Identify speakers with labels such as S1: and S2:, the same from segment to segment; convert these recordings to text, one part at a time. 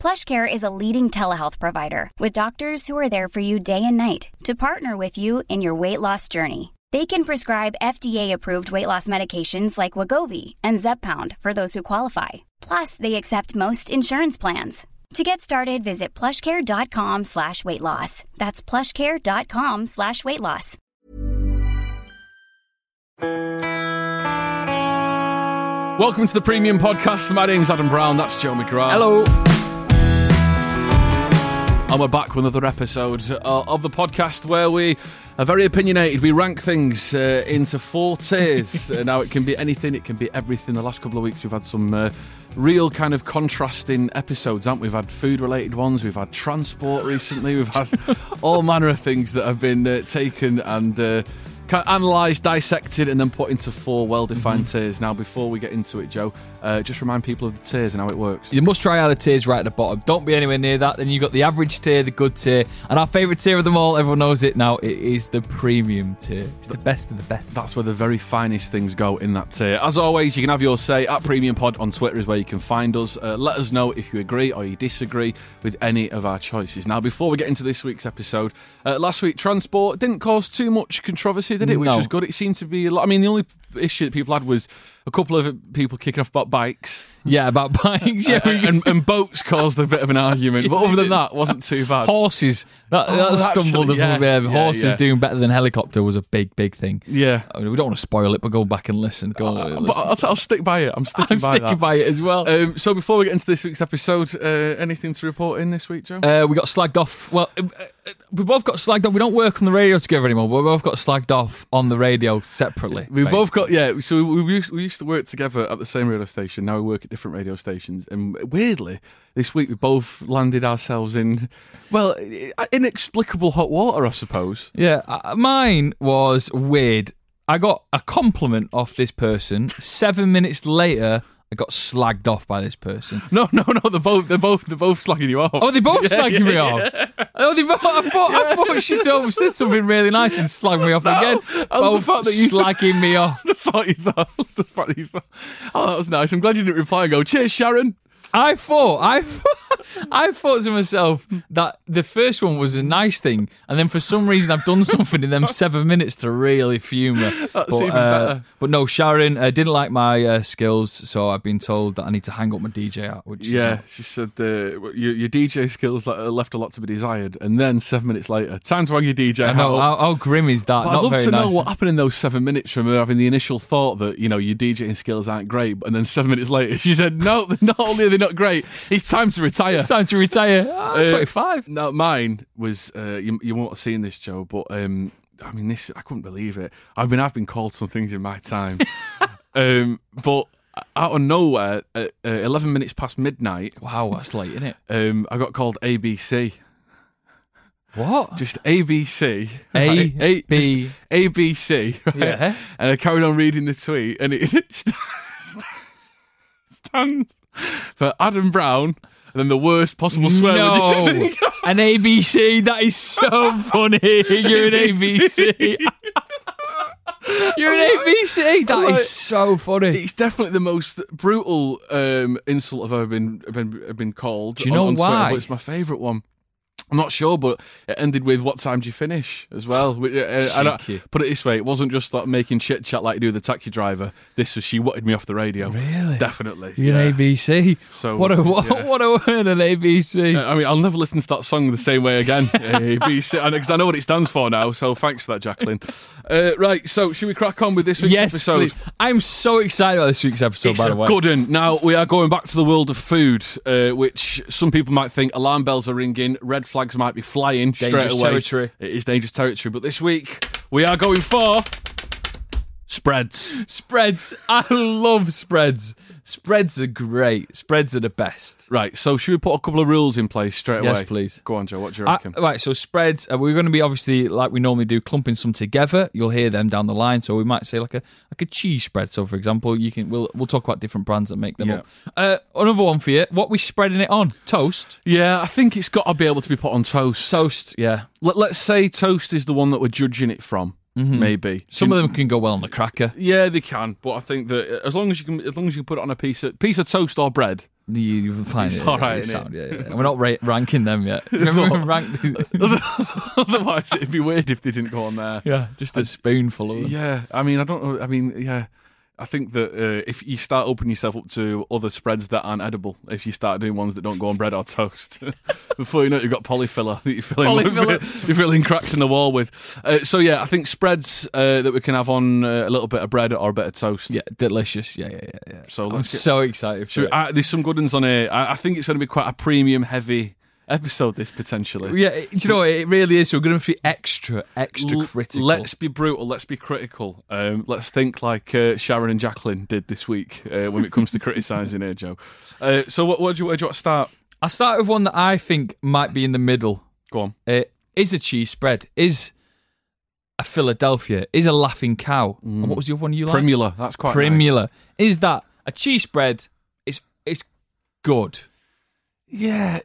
S1: PlushCare is a leading telehealth provider with doctors who are there for you day and night to partner with you in your weight loss journey. They can prescribe FDA-approved weight loss medications like Wagovi and Zepbound for those who qualify. Plus, they accept most insurance plans. To get started, visit plushcare.com slash weight loss. That's plushcare.com slash weight loss.
S2: Welcome to the Premium Podcast. My name's Adam Brown. That's Joe McGrath.
S3: Hello.
S2: And we're back with another episode uh, of the podcast where we are very opinionated. We rank things uh, into four tiers. uh, now, it can be anything, it can be everything. The last couple of weeks, we've had some uh, real kind of contrasting episodes, haven't we? We've had food related ones, we've had transport recently, we've had all manner of things that have been uh, taken and. Uh, Analysed, dissected, and then put into four well defined tiers. Now, before we get into it, Joe, uh, just remind people of the tiers and how it works.
S3: You must try out the tiers right at the bottom. Don't be anywhere near that. Then you've got the average tier, the good tier, and our favourite tier of them all, everyone knows it now, it is the premium tier. It's the best of the best.
S2: That's where the very finest things go in that tier. As always, you can have your say at Premium Pod on Twitter is where you can find us. Uh, let us know if you agree or you disagree with any of our choices. Now, before we get into this week's episode, uh, last week transport didn't cause too much controversy, did it? Which
S3: No.
S2: was good. It seemed to be. A lot. I mean, the only issue that people had was a couple of people kicking off about bikes
S3: yeah, about bikes. Yeah, we-
S2: and, and, boats caused a bit of an argument. But other than that, wasn't too bad.
S3: horses. That,
S2: Oh,
S3: that stumbled.
S2: actually,
S3: a little
S2: yeah,
S3: bit.
S2: yeah,
S3: horses
S2: yeah.
S3: doing better than helicopter was a big, big thing.
S2: Yeah.
S3: I mean, we don't want to spoil it, but go back and listen. Go on, listen.
S2: But I'll, I'll stick by it. Uh, I'm sticking
S3: I'm
S2: by
S3: sticking
S2: that.
S3: by it as well.
S2: Um, so before we get into this week's episode, uh, anything to report in this week, Joe?
S3: Uh, we got slagged off. Well, uh, uh, we both got slagged off. We don't work on the radio together anymore, but we both got slagged off on the radio separately.
S2: We
S3: basically.
S2: both got yeah. So we, we used we used to work together at the same radio station. Now we work at different radio stations, and weirdly, this week we both landed ourselves in well i- inexplicable hot water, I suppose.
S3: Yeah, uh, mine was weird. I got a compliment off this person. Seven minutes later, I got slagged off by this person.
S2: No, no, no. They're both they're both they're both slagging you off.
S3: Oh, they both slagged me off. Oh, they both. I thought, I thought she told said something really nice and slagged me off again.
S2: Oh, the
S3: Both
S2: fact that you-
S3: slagging me off.
S2: the thought you thought. The thought you thought. Oh, that was nice. I'm glad you didn't reply and go, "Cheers, Sharon."
S3: I thought, I, thought- I thought to myself that the first one was a nice thing, and then for some reason I've done something in them seven minutes to really fume her. but,
S2: even
S3: uh,
S2: better.
S3: But no, Sharon uh, didn't like my uh, skills, so I've been told that I need to hang up my DJ out. Which is
S2: Yeah,
S3: not-
S2: she said uh, your, your DJ skills le- uh, left a lot to be desired. And then seven minutes later, time to hang your DJ.
S3: I
S2: hat.
S3: know uh, how, how grim is that?
S2: But
S3: Not
S2: I'd love
S3: very
S2: to know
S3: nice.
S2: what happened in those seven minutes from her having the initial thought that, you know, your DJing skills aren't great, and then seven minutes later she said, no, not only are they not great, it's time to retire.
S3: Time to retire. Ah,
S2: Uh,
S3: 25.
S2: Now, mine was, uh, you, you won't have seen this, Joe, but um, I mean, this, I couldn't believe it. I mean, I've been called some things in my time. um, but out of nowhere, at, uh, 11 minutes past midnight,
S3: Wow, that's late, isn't it?
S2: um, I got called ABC.
S3: What?
S2: Just ABC.
S3: A,
S2: right? just
S3: B.
S2: ABC. right?
S3: Yeah.
S2: And I carried on reading the tweet, and it st- st- stands for Adam Brown, and then the worst possible swear.
S3: no,
S2: word you can think of.
S3: an ABC. That is so funny. You're an ABC. You're an ABC. That
S2: Like-
S3: is so funny.
S2: It's definitely the most brutal um, insult I've ever been been, been called.
S3: Do you
S2: on-
S3: know
S2: on Twitter,
S3: why?
S2: but it's my favourite one. I'm not sure, but it ended with "What time do you finish?" as well. Wh- uh, and I-
S3: Cheeky.
S2: put it this way: it wasn't just like making chit chat like you do with the taxi driver. This was she wanted me off the radio.
S3: Really?
S2: Definitely.
S3: You're
S2: yeah.
S3: an ABC.
S2: So,
S3: what a what,
S2: yeah.
S3: what a word an ABC.
S2: Uh, I mean, I'll never listen to that song the same way again. Uh, Because I know what it stands for now. So thanks for that, Jacqueline. Uh, right, so should we crack on with this week's
S3: yes,
S2: episode?
S3: please. I'm so excited about this week's episode.
S2: It's
S3: by
S2: a
S3: the way,
S2: good un. Now we are going back to the world of food, uh, which some people might think alarm bells are ringing, red flags might be flying straight
S3: Dangerous
S2: away.
S3: territory.
S2: It is dangerous territory. But this week we are going for Spreads.
S3: Spreads. I love spreads. Spreads are great. Spreads are the best.
S2: Right, so should we put a couple of rules in place straight
S3: Yes,
S2: away?
S3: please.
S2: Go on, Joe. What do you
S3: I-
S2: reckon?
S3: right, so spreads. Uh, we're going to be obviously like we normally do, clumping some together. You'll hear them down the line. So we might say like a like a cheese spread. So for example, you can we'll we'll talk about different brands that make them
S2: Yeah.
S3: up. Uh, another one for you. What we spreading it on? Toast.
S2: yeah, I think it's got to be able to be put on toast.
S3: Toast. Yeah.
S2: Let, let's say toast is the one that we're judging it from. Maybe
S3: Mm-hmm. Some of them can go well on a cracker.
S2: Yeah, they can, but I think that as long as you can, as long as you can put it on a piece of piece of toast or bread.
S3: You, you will find
S2: It's
S3: it.
S2: all right,
S3: it's
S2: innit?
S3: sound, yeah, yeah. And We're not ra- ranking them yet. Remember when we ranked?
S2: Otherwise, it'd be weird if they didn't go on there.
S3: yeah, just a spoonful of them.
S2: Yeah, I mean, I don't know. I mean, yeah, I think that uh, if you start opening yourself up to other spreads that aren't edible, if you start doing ones that don't go on bread or toast, before you know it, you've got polyfiller that you're filling,
S3: Polyfiller.
S2: you're filling cracks in the wall with. Uh, so yeah, I think spreads uh, that we can have on uh, a little bit of bread or a bit of toast.
S3: Yeah, delicious. Yeah, yeah, yeah. yeah.
S2: So
S3: I'm
S2: let's get-
S3: so excited. For
S2: Should we-
S3: it.
S2: uh, there's some good ones on here. I, I think it's going to be quite a premium heavy episode. This potentially.
S3: Yeah, it- do you know what? It really is. We're going to be extra, extra
S2: L-
S3: critical.
S2: Let's be brutal. Let's be critical. Um, let's think like uh, Sharon and Jacqueline did this week uh, when it comes to criticising here, Joe. Uh, so, what, what do you, where do you want to start?
S3: I'll start with one that I think might be in the middle.
S2: Go on.
S3: It is a cheese spread, is a Philadelphia, is a laughing cow. And what was the other one you liked?
S2: Mm. Primula. That's quite
S3: Primula.
S2: nice.
S3: Is that a cheese spread? It's it's good.
S2: Yeah,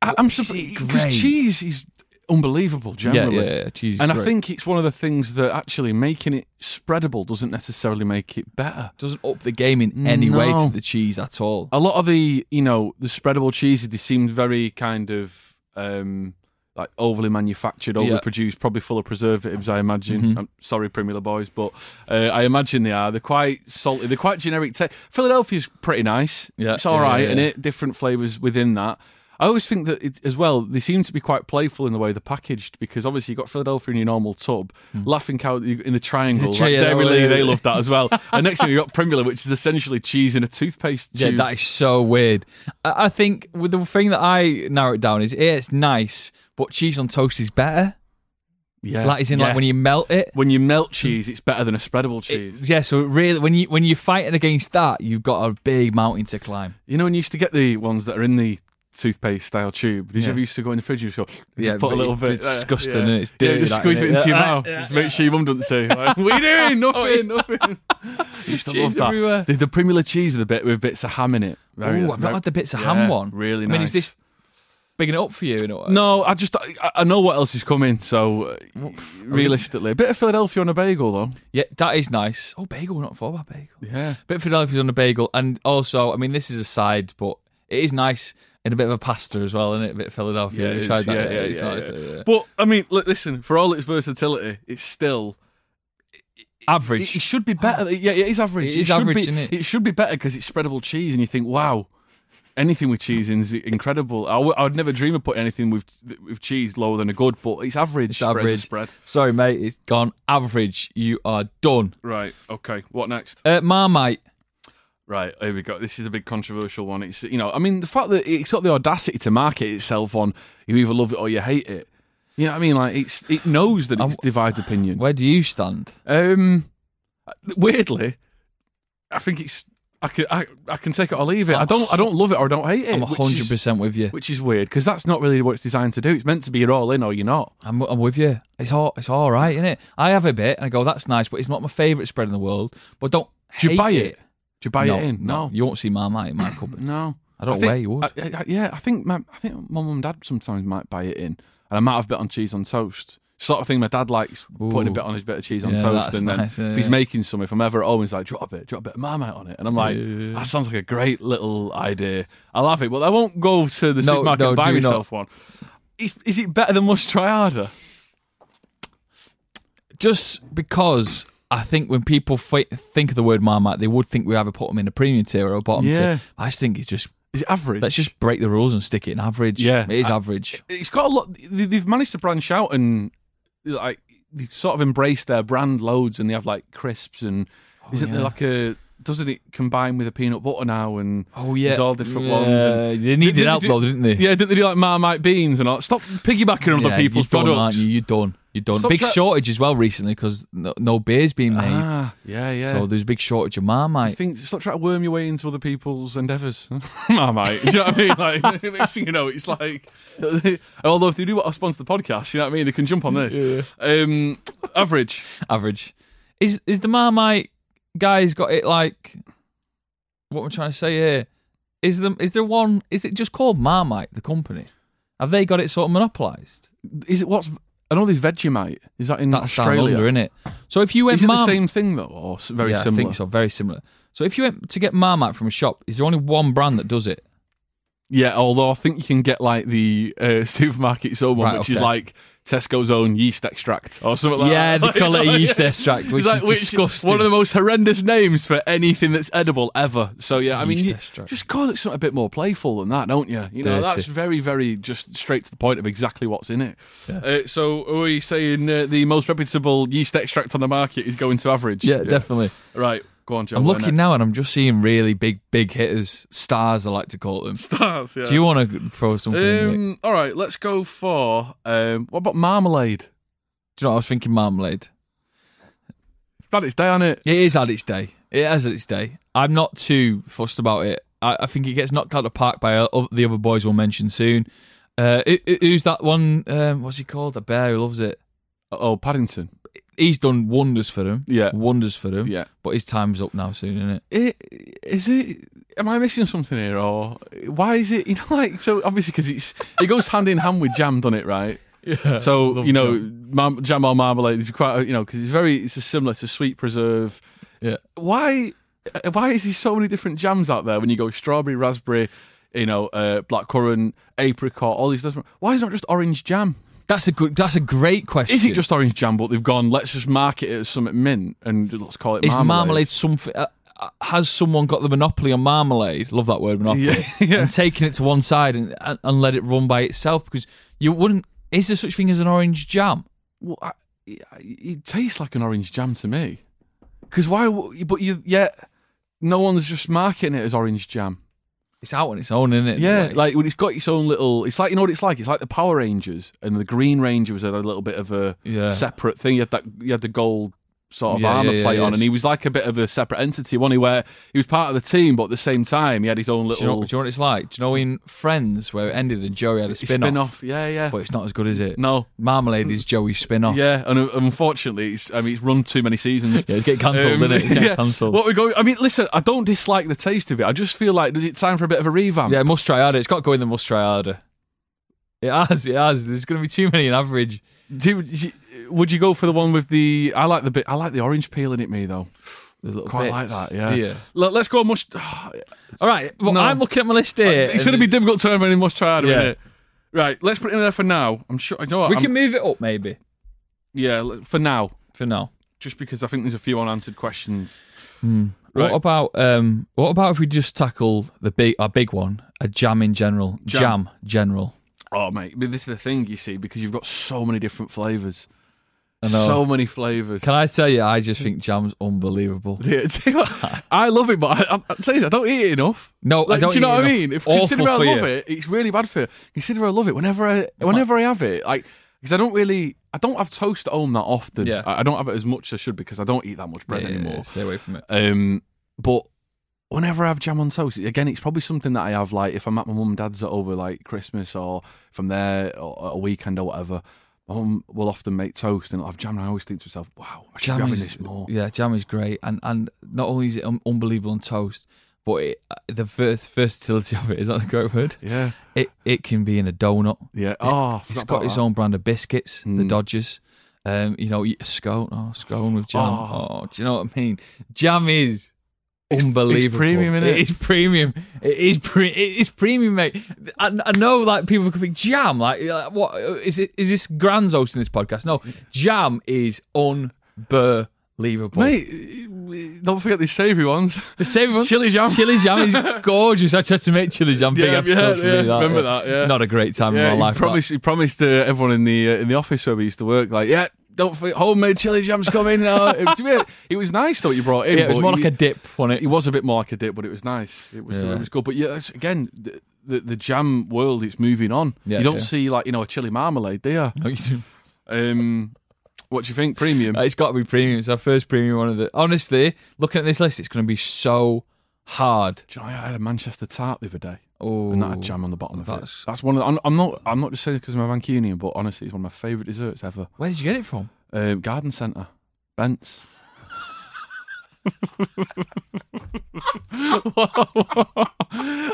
S2: I, I'm
S3: Is it
S2: because
S3: great?
S2: cheese is unbelievable generally.
S3: yeah, yeah, cheese is
S2: and I
S3: great.
S2: think it's one of the things that actually making it spreadable doesn't necessarily make it better.
S3: Doesn't up the game in any way
S2: No.
S3: to the cheese at all.
S2: a lot of the you know the spreadable cheeses they seemed very kind of um like overly manufactured overly
S3: Yeah. Mm-hmm.
S2: produced probably full of preservatives i imagine i'm sorry primula boys but uh, i imagine they are they're quite salty they're quite generic ta- philadelphia's pretty nice
S3: Yeah,
S2: it's all
S3: yeah,
S2: right
S3: yeah,
S2: and
S3: yeah.
S2: it different flavors within that I always think that it, as well, they seem to be quite playful in the way they're packaged because obviously you've got Philadelphia in your normal tub, Laughing Cow in the triangle.
S3: tri-
S2: like
S3: yeah,
S2: Dairy
S3: well,
S2: Lee,
S3: Mm. yeah,
S2: they
S3: yeah.
S2: love that as well. and next thing you've got Primula, which is essentially cheese in a toothpaste
S3: Yeah,
S2: tube.
S3: that is so weird. I, I think with the thing that I narrow it down is yeah, it's nice, but cheese on toast is better.
S2: Yeah,
S3: Like is in
S2: yeah.
S3: like when you melt it.
S2: when you melt cheese, it's better than a spreadable cheese.
S3: Yeah, so it really when you when you're fighting against that, you've got a big mountain to climb.
S2: you know, when you used to get the ones that are in the toothpaste style tube. Did you
S3: Yeah.
S2: ever used to go in the fridge and just, go, just
S3: Yeah,
S2: put a
S3: but
S2: little
S3: it's-
S2: bit?
S3: it's
S2: there?
S3: disgusting
S2: yeah.
S3: and it's
S2: Yeah,
S3: dirty,
S2: just
S3: like,
S2: squeeze
S3: isn't
S2: it
S3: it?
S2: into your
S3: Yeah. Oh,
S2: mouth. just make sure your mum doesn't see. Like, what are you doing? Nothing, nothing. I used to
S3: Cheese
S2: love that.
S3: everywhere.
S2: The, the primula cheese with a bit with bits of ham in it.
S3: Oh,
S2: Very-
S3: I've not
S2: very-
S3: had the bits of
S2: yeah,
S3: ham one.
S2: Really
S3: I
S2: nice.
S3: mean, is this bigging it up for you in a way?
S2: No, I just I, I know what else is coming. So uh, realistically, a bit of Philadelphia on a bagel though.
S3: Yeah, that is nice. Oh, bagel, not thought about bagel.
S2: Yeah.
S3: Bit of Philadelphia's on a bagel, and also, I mean, this is a side, but it is nice in a bit of a pasta as well, isn't it? A bit of
S2: it
S3: Philadelphia. We
S2: is.
S3: tried
S2: Yeah,
S3: that.
S2: yeah,
S3: it's
S2: yeah,
S3: nice.
S2: yeah.
S3: yeah, yeah.
S2: But I mean, look, listen. For all its versatility, it's still
S3: Average.
S2: It, it should be better. Yeah, it is average.
S3: Ah. It is
S2: should
S3: average,
S2: be,
S3: innit?
S2: should be better because it's spreadable cheese, and you think, wow, anything with cheese in is incredible. I w- I would never dream of putting anything with with cheese lower than a good, but it's average.
S3: It's
S2: for as a
S3: average.
S2: spread.
S3: Sorry, mate, it's gone average. You are done.
S2: Right. Okay. What next?
S3: Uh, Marmite.
S2: Right. Here we go. This is a big controversial one. It's you know, I mean, the fact that it's got the audacity to market itself on you either love it or you hate it. You know what I mean? Like it's it knows that
S3: I'm-
S2: it's divides opinion.
S3: Where do you stand?
S2: Um, weirdly, I think it's I can I, I can take it or leave it. I don't I don't love it or I don't hate it.
S3: I'm
S2: which
S3: hundred
S2: is-
S3: percent with you.
S2: which is weird because that's not really what it's designed to do. It's meant to be you're all in or you're not.
S3: I'm, I'm with you. It's all it's all right, isn't it? I have a bit and I go, that's nice, but it's not my favourite spread in the world. But don't
S2: Do you
S3: hate
S2: buy it? Do you buy
S3: no,
S2: it in? No,
S3: you won't see Marmite in my cupboard.
S2: no.
S3: I don't
S2: think,
S3: weigh you would.
S2: I- I- I- yeah, I think my, I think my mum and dad sometimes might buy it in, and I might have a bit on cheese on toast. Sort of thing my dad likes putting a
S3: Ooh.
S2: bit on his bit of cheese on
S3: Yeah,
S2: toast,
S3: that's
S2: and then
S3: nice, yeah,
S2: if he's
S3: yeah.
S2: making some, if I'm ever at home, he's like, drop a bit, drop a bit of marmite on it, and I'm like,
S3: Yeah, yeah, yeah.
S2: that sounds like a great little idea. I love it, but I won't go to the
S3: No,
S2: supermarket
S3: no,
S2: and buy
S3: do not.
S2: myself one. Is, is it better than must try harder?
S3: Just because I think when people fi- think of the word Marmite, they would think we either put them in a premium tier or a bottom
S2: Yeah.
S3: tier. I just think it's just
S2: Is it average?
S3: let's just break the rules and stick it in average.
S2: Yeah.
S3: it is
S2: I-
S3: average.
S2: it's got a lot. they- They've managed to branch out and like they've sort of embraced their brand loads, and they have like crisps and isn't there
S3: Oh, yeah.
S2: like a doesn't it combine with a peanut butter now and
S3: Oh yeah,
S2: there's all different ones. And,
S3: they needed
S2: Did- did
S3: help
S2: do-
S3: though, didn't they?
S2: Yeah, didn't they do like Marmite beans and all? Stop piggybacking on other people's
S3: you're done, aren't
S2: products.
S3: you? You're done. You're done.
S2: Stop
S3: big
S2: tra-
S3: shortage as well recently because no, no beer's being made.
S2: Ah, yeah, yeah.
S3: So there's a big shortage of
S2: I
S3: Marmite.
S2: think stop trying to worm your way into other people's endeavours. Marmite. You know what I mean? Like next thing you know, it's like although if they do want to sponsor the podcast, you know what I mean, they can jump on this. Um average.
S3: Average. Is is the Marmite guy's got it like? What I'm trying to say here is the is there one? Is it just called Marmite the company? Have they got it sort of monopolised?
S2: Is it what's I know there's Vegemite. Is that in
S3: That's
S2: Australia?
S3: down under, isn't it? So if you went
S2: Is it the
S3: Marm-
S2: same thing though, or s- very
S3: yeah,
S2: similar?
S3: I think so. Very similar. So if you went to get Marmite from a shop, is there only one brand that does it?
S2: Yeah, although I think you can get like the uh, supermarket's own one,
S3: Right,
S2: which is
S3: okay.
S2: like Tesco's own yeast extract or something like
S3: Yeah,
S2: that.
S3: they call it
S2: Like,
S3: yeast
S2: yeah.
S3: extract,
S2: It's
S3: which
S2: like,
S3: is disgusting.
S2: One of the most horrendous names for anything that's edible ever. So yeah, I mean,
S3: Yeast
S2: you-
S3: extract.
S2: just call it something a bit more playful than that, don't you? You know,
S3: Dirty.
S2: that's very, very just straight to the point of exactly what's in it. Uh, so are we saying uh, the most reputable yeast extract on the market is going to average?
S3: Yeah, definitely.
S2: Right, go on, Joe.
S3: I'm
S2: we're
S3: looking
S2: next.
S3: now and I'm just seeing really big, big hitters, stars, I like to call them.
S2: Stars, yeah.
S3: Do you want to throw something in?
S2: Um,
S3: Nick?
S2: all right, let's go for um, what about marmalade?
S3: Do you know what I was thinking? Marmalade.
S2: It's had its day on it.
S3: It is had its day. It has had its day. I'm not too fussed about it. I, I think it gets knocked out of the park by o- the other boys we'll mention soon. Uh, who- who- who's that one? Um, what's he called? The bear who loves it.
S2: Oh, Paddington.
S3: He's done wonders for him.
S2: Yeah.
S3: Wonders for him.
S2: Yeah.
S3: But his time's up now soon, isn't it?
S2: It, is it? Am I missing something here, or why is it? You know, like so obviously because it's it goes hand in hand with jam, doesn't it? Right. Yeah. So you know, mar- jam or marmalade is quite you know because it's very it's a similar to sweet preserve.
S3: Yeah.
S2: Why? uh, Why is there so many different jams out there when you go strawberry, raspberry, you know, uh, blackcurrant, apricot, all these different? Why is it not just orange jam?
S3: That's a good. That's a great question.
S2: Is it just orange jam? But they've gone. Let's just market it as something mint and let's call it
S3: Is marmalade,
S2: marmalade.
S3: something? Uh, uh, has someone got the monopoly on marmalade? Love that word, monopoly.
S2: Yeah, yeah.
S3: And taking it to one side and, and and let it run by itself because you wouldn't. Is there such thing as an orange jam?
S2: Well, I, it, it tastes like an orange jam to me. Because why? w- But you yet no one's just marketing it as orange jam.
S3: It's out on its own, isn't it?
S2: Yeah, like, when it's got its own little. It's like you know what it's like. It's like the Power Rangers and the Green Ranger was a little bit of a
S3: Yeah.
S2: separate thing. You had that. You had the gold sort of
S3: Yeah,
S2: armor
S3: yeah, yeah,
S2: plate
S3: yeah.
S2: on, and he was like a bit of a separate entity. One where he was part of the team, but at the same time he had his own
S3: do
S2: little
S3: you, know, do you know what it's like? Do you know in Friends where it ended and Joey had a spin,
S2: spin-off. Yeah, yeah.
S3: but it's not as good as it.
S2: No.
S3: marmalade is Joey's spin off.
S2: Yeah, and uh, unfortunately, it's, I mean, it's run too many seasons. Um,
S3: Yeah, it's getting cancelled, isn't it? It's getting cancelled.
S2: What we go? I mean, listen, I don't dislike the taste of it. I just feel like does it time for a bit of a revamp?
S3: yeah, must try harder. It's got to go in the must try harder. It has, it has. There's going to be too many in average.
S2: Do, you- would you go for the one with the? I like the bit. I like the orange peel in it, me though. Quite like that.
S3: bits,
S2: Yeah.
S3: do you?
S2: Let, us go much.
S3: All right, well,
S2: No.
S3: I'm looking at my list here.
S2: it's going to be difficult to have any much tried,
S3: Yeah.
S2: isn't it? Right. Let's put it in there for now. I'm sure. I know. What,
S3: We
S2: I'm-
S3: can move it up maybe
S2: Yeah. l- For now,
S3: for now.
S2: just because I think there's a few unanswered questions. Right.
S3: Hmm. What about um? What about if we just tackle the big, our big one, a jam in general,
S2: Jam.
S3: jam, general.
S2: Oh, mate. But this is the thing you see because you've got so many different flavors.
S3: I know.
S2: So many flavors.
S3: Can I tell you? I just think jam's unbelievable.
S2: Yeah, tell you what, I love it, but I, I, I, tell you, I don't eat it enough.
S3: No, I
S2: Like,
S3: don't
S2: do you know
S3: eat it
S2: what I
S3: enough.
S2: mean? If
S3: Awful
S2: consider I
S3: for
S2: love
S3: you.
S2: it, it's really bad for you. Consider I love it. Whenever I whenever I have it, like because I don't really, I don't have toast at home that often.
S3: Yeah.
S2: I, I don't have it as much as I should because I don't eat that much bread
S3: Yeah, yeah,
S2: anymore.
S3: yeah, Stay away from it.
S2: Um, but whenever I have jam on toast, again, it's probably something that I have like if I'm at my mum and dad's over like Christmas or from there or a weekend or whatever. My mum will often make toast and I'll have jam, and I always think to myself, "Wow, I should be having
S3: is,
S2: this more."
S3: Yeah, jam is great, and and not only is it un- unbelievable on toast, but it, uh, the first versatility of it is that the great word.
S2: Yeah,
S3: It it can be in a donut.
S2: yeah. oh, I
S3: It's
S2: forgot
S3: got
S2: about
S3: its
S2: that.
S3: own brand of biscuits, the
S2: Mm.
S3: Dodgers. Um, you know, a scone, oh, scone with jam.
S2: Oh.
S3: Oh. do you know what I mean? Jam is unbelievable.
S2: premium, innit?
S3: It is premium. It is pre- It is premium, mate. I, I know, like people could think jam. Like, like, what is it? Is this Grand's hosting this podcast? No, jam is unbelievable.
S2: Mate, don't forget these savoury ones.
S3: The same one.
S2: Chili jam.
S3: Chili jam is gorgeous. I tried to make chili jam. Big
S2: Yeah,
S3: episode
S2: yeah,
S3: for me,
S2: yeah.
S3: that,
S2: Remember that, yeah.
S3: Not a great time in my
S2: he
S3: life.
S2: promised, he promised uh, everyone in the uh, in the office where we used to work, like, yeah, don't forget, homemade chili jam's coming now. It was, really- it was nice though what you brought in.
S3: Yeah, it was
S2: but
S3: more like
S2: you-
S3: a dip, wasn't
S2: it
S3: it?
S2: was a bit more like a dip, but it was nice. It was
S3: Yeah.
S2: it was good. But yeah, that's, again, the, the the jam world, it's moving on.
S3: Yeah,
S2: you don't
S3: yeah.
S2: see like you know a chili marmalade, do you?
S3: No, you didn't.
S2: Um, what do you think? Premium.
S3: Uh, It's got to be premium. It's our first premium one of the. Honestly, looking at this list, it's going to be so hard.
S2: Do you know, I had a Manchester tart the other day,
S3: Oh,
S2: and that had jam on the bottom of
S3: that's-
S2: it. That's one of the, I'm, I'm not I'm not just saying because I'm a Mancunian, but honestly, it's one of my favourite desserts ever.
S3: Where did you get it from?
S2: Um, garden centre, Bents.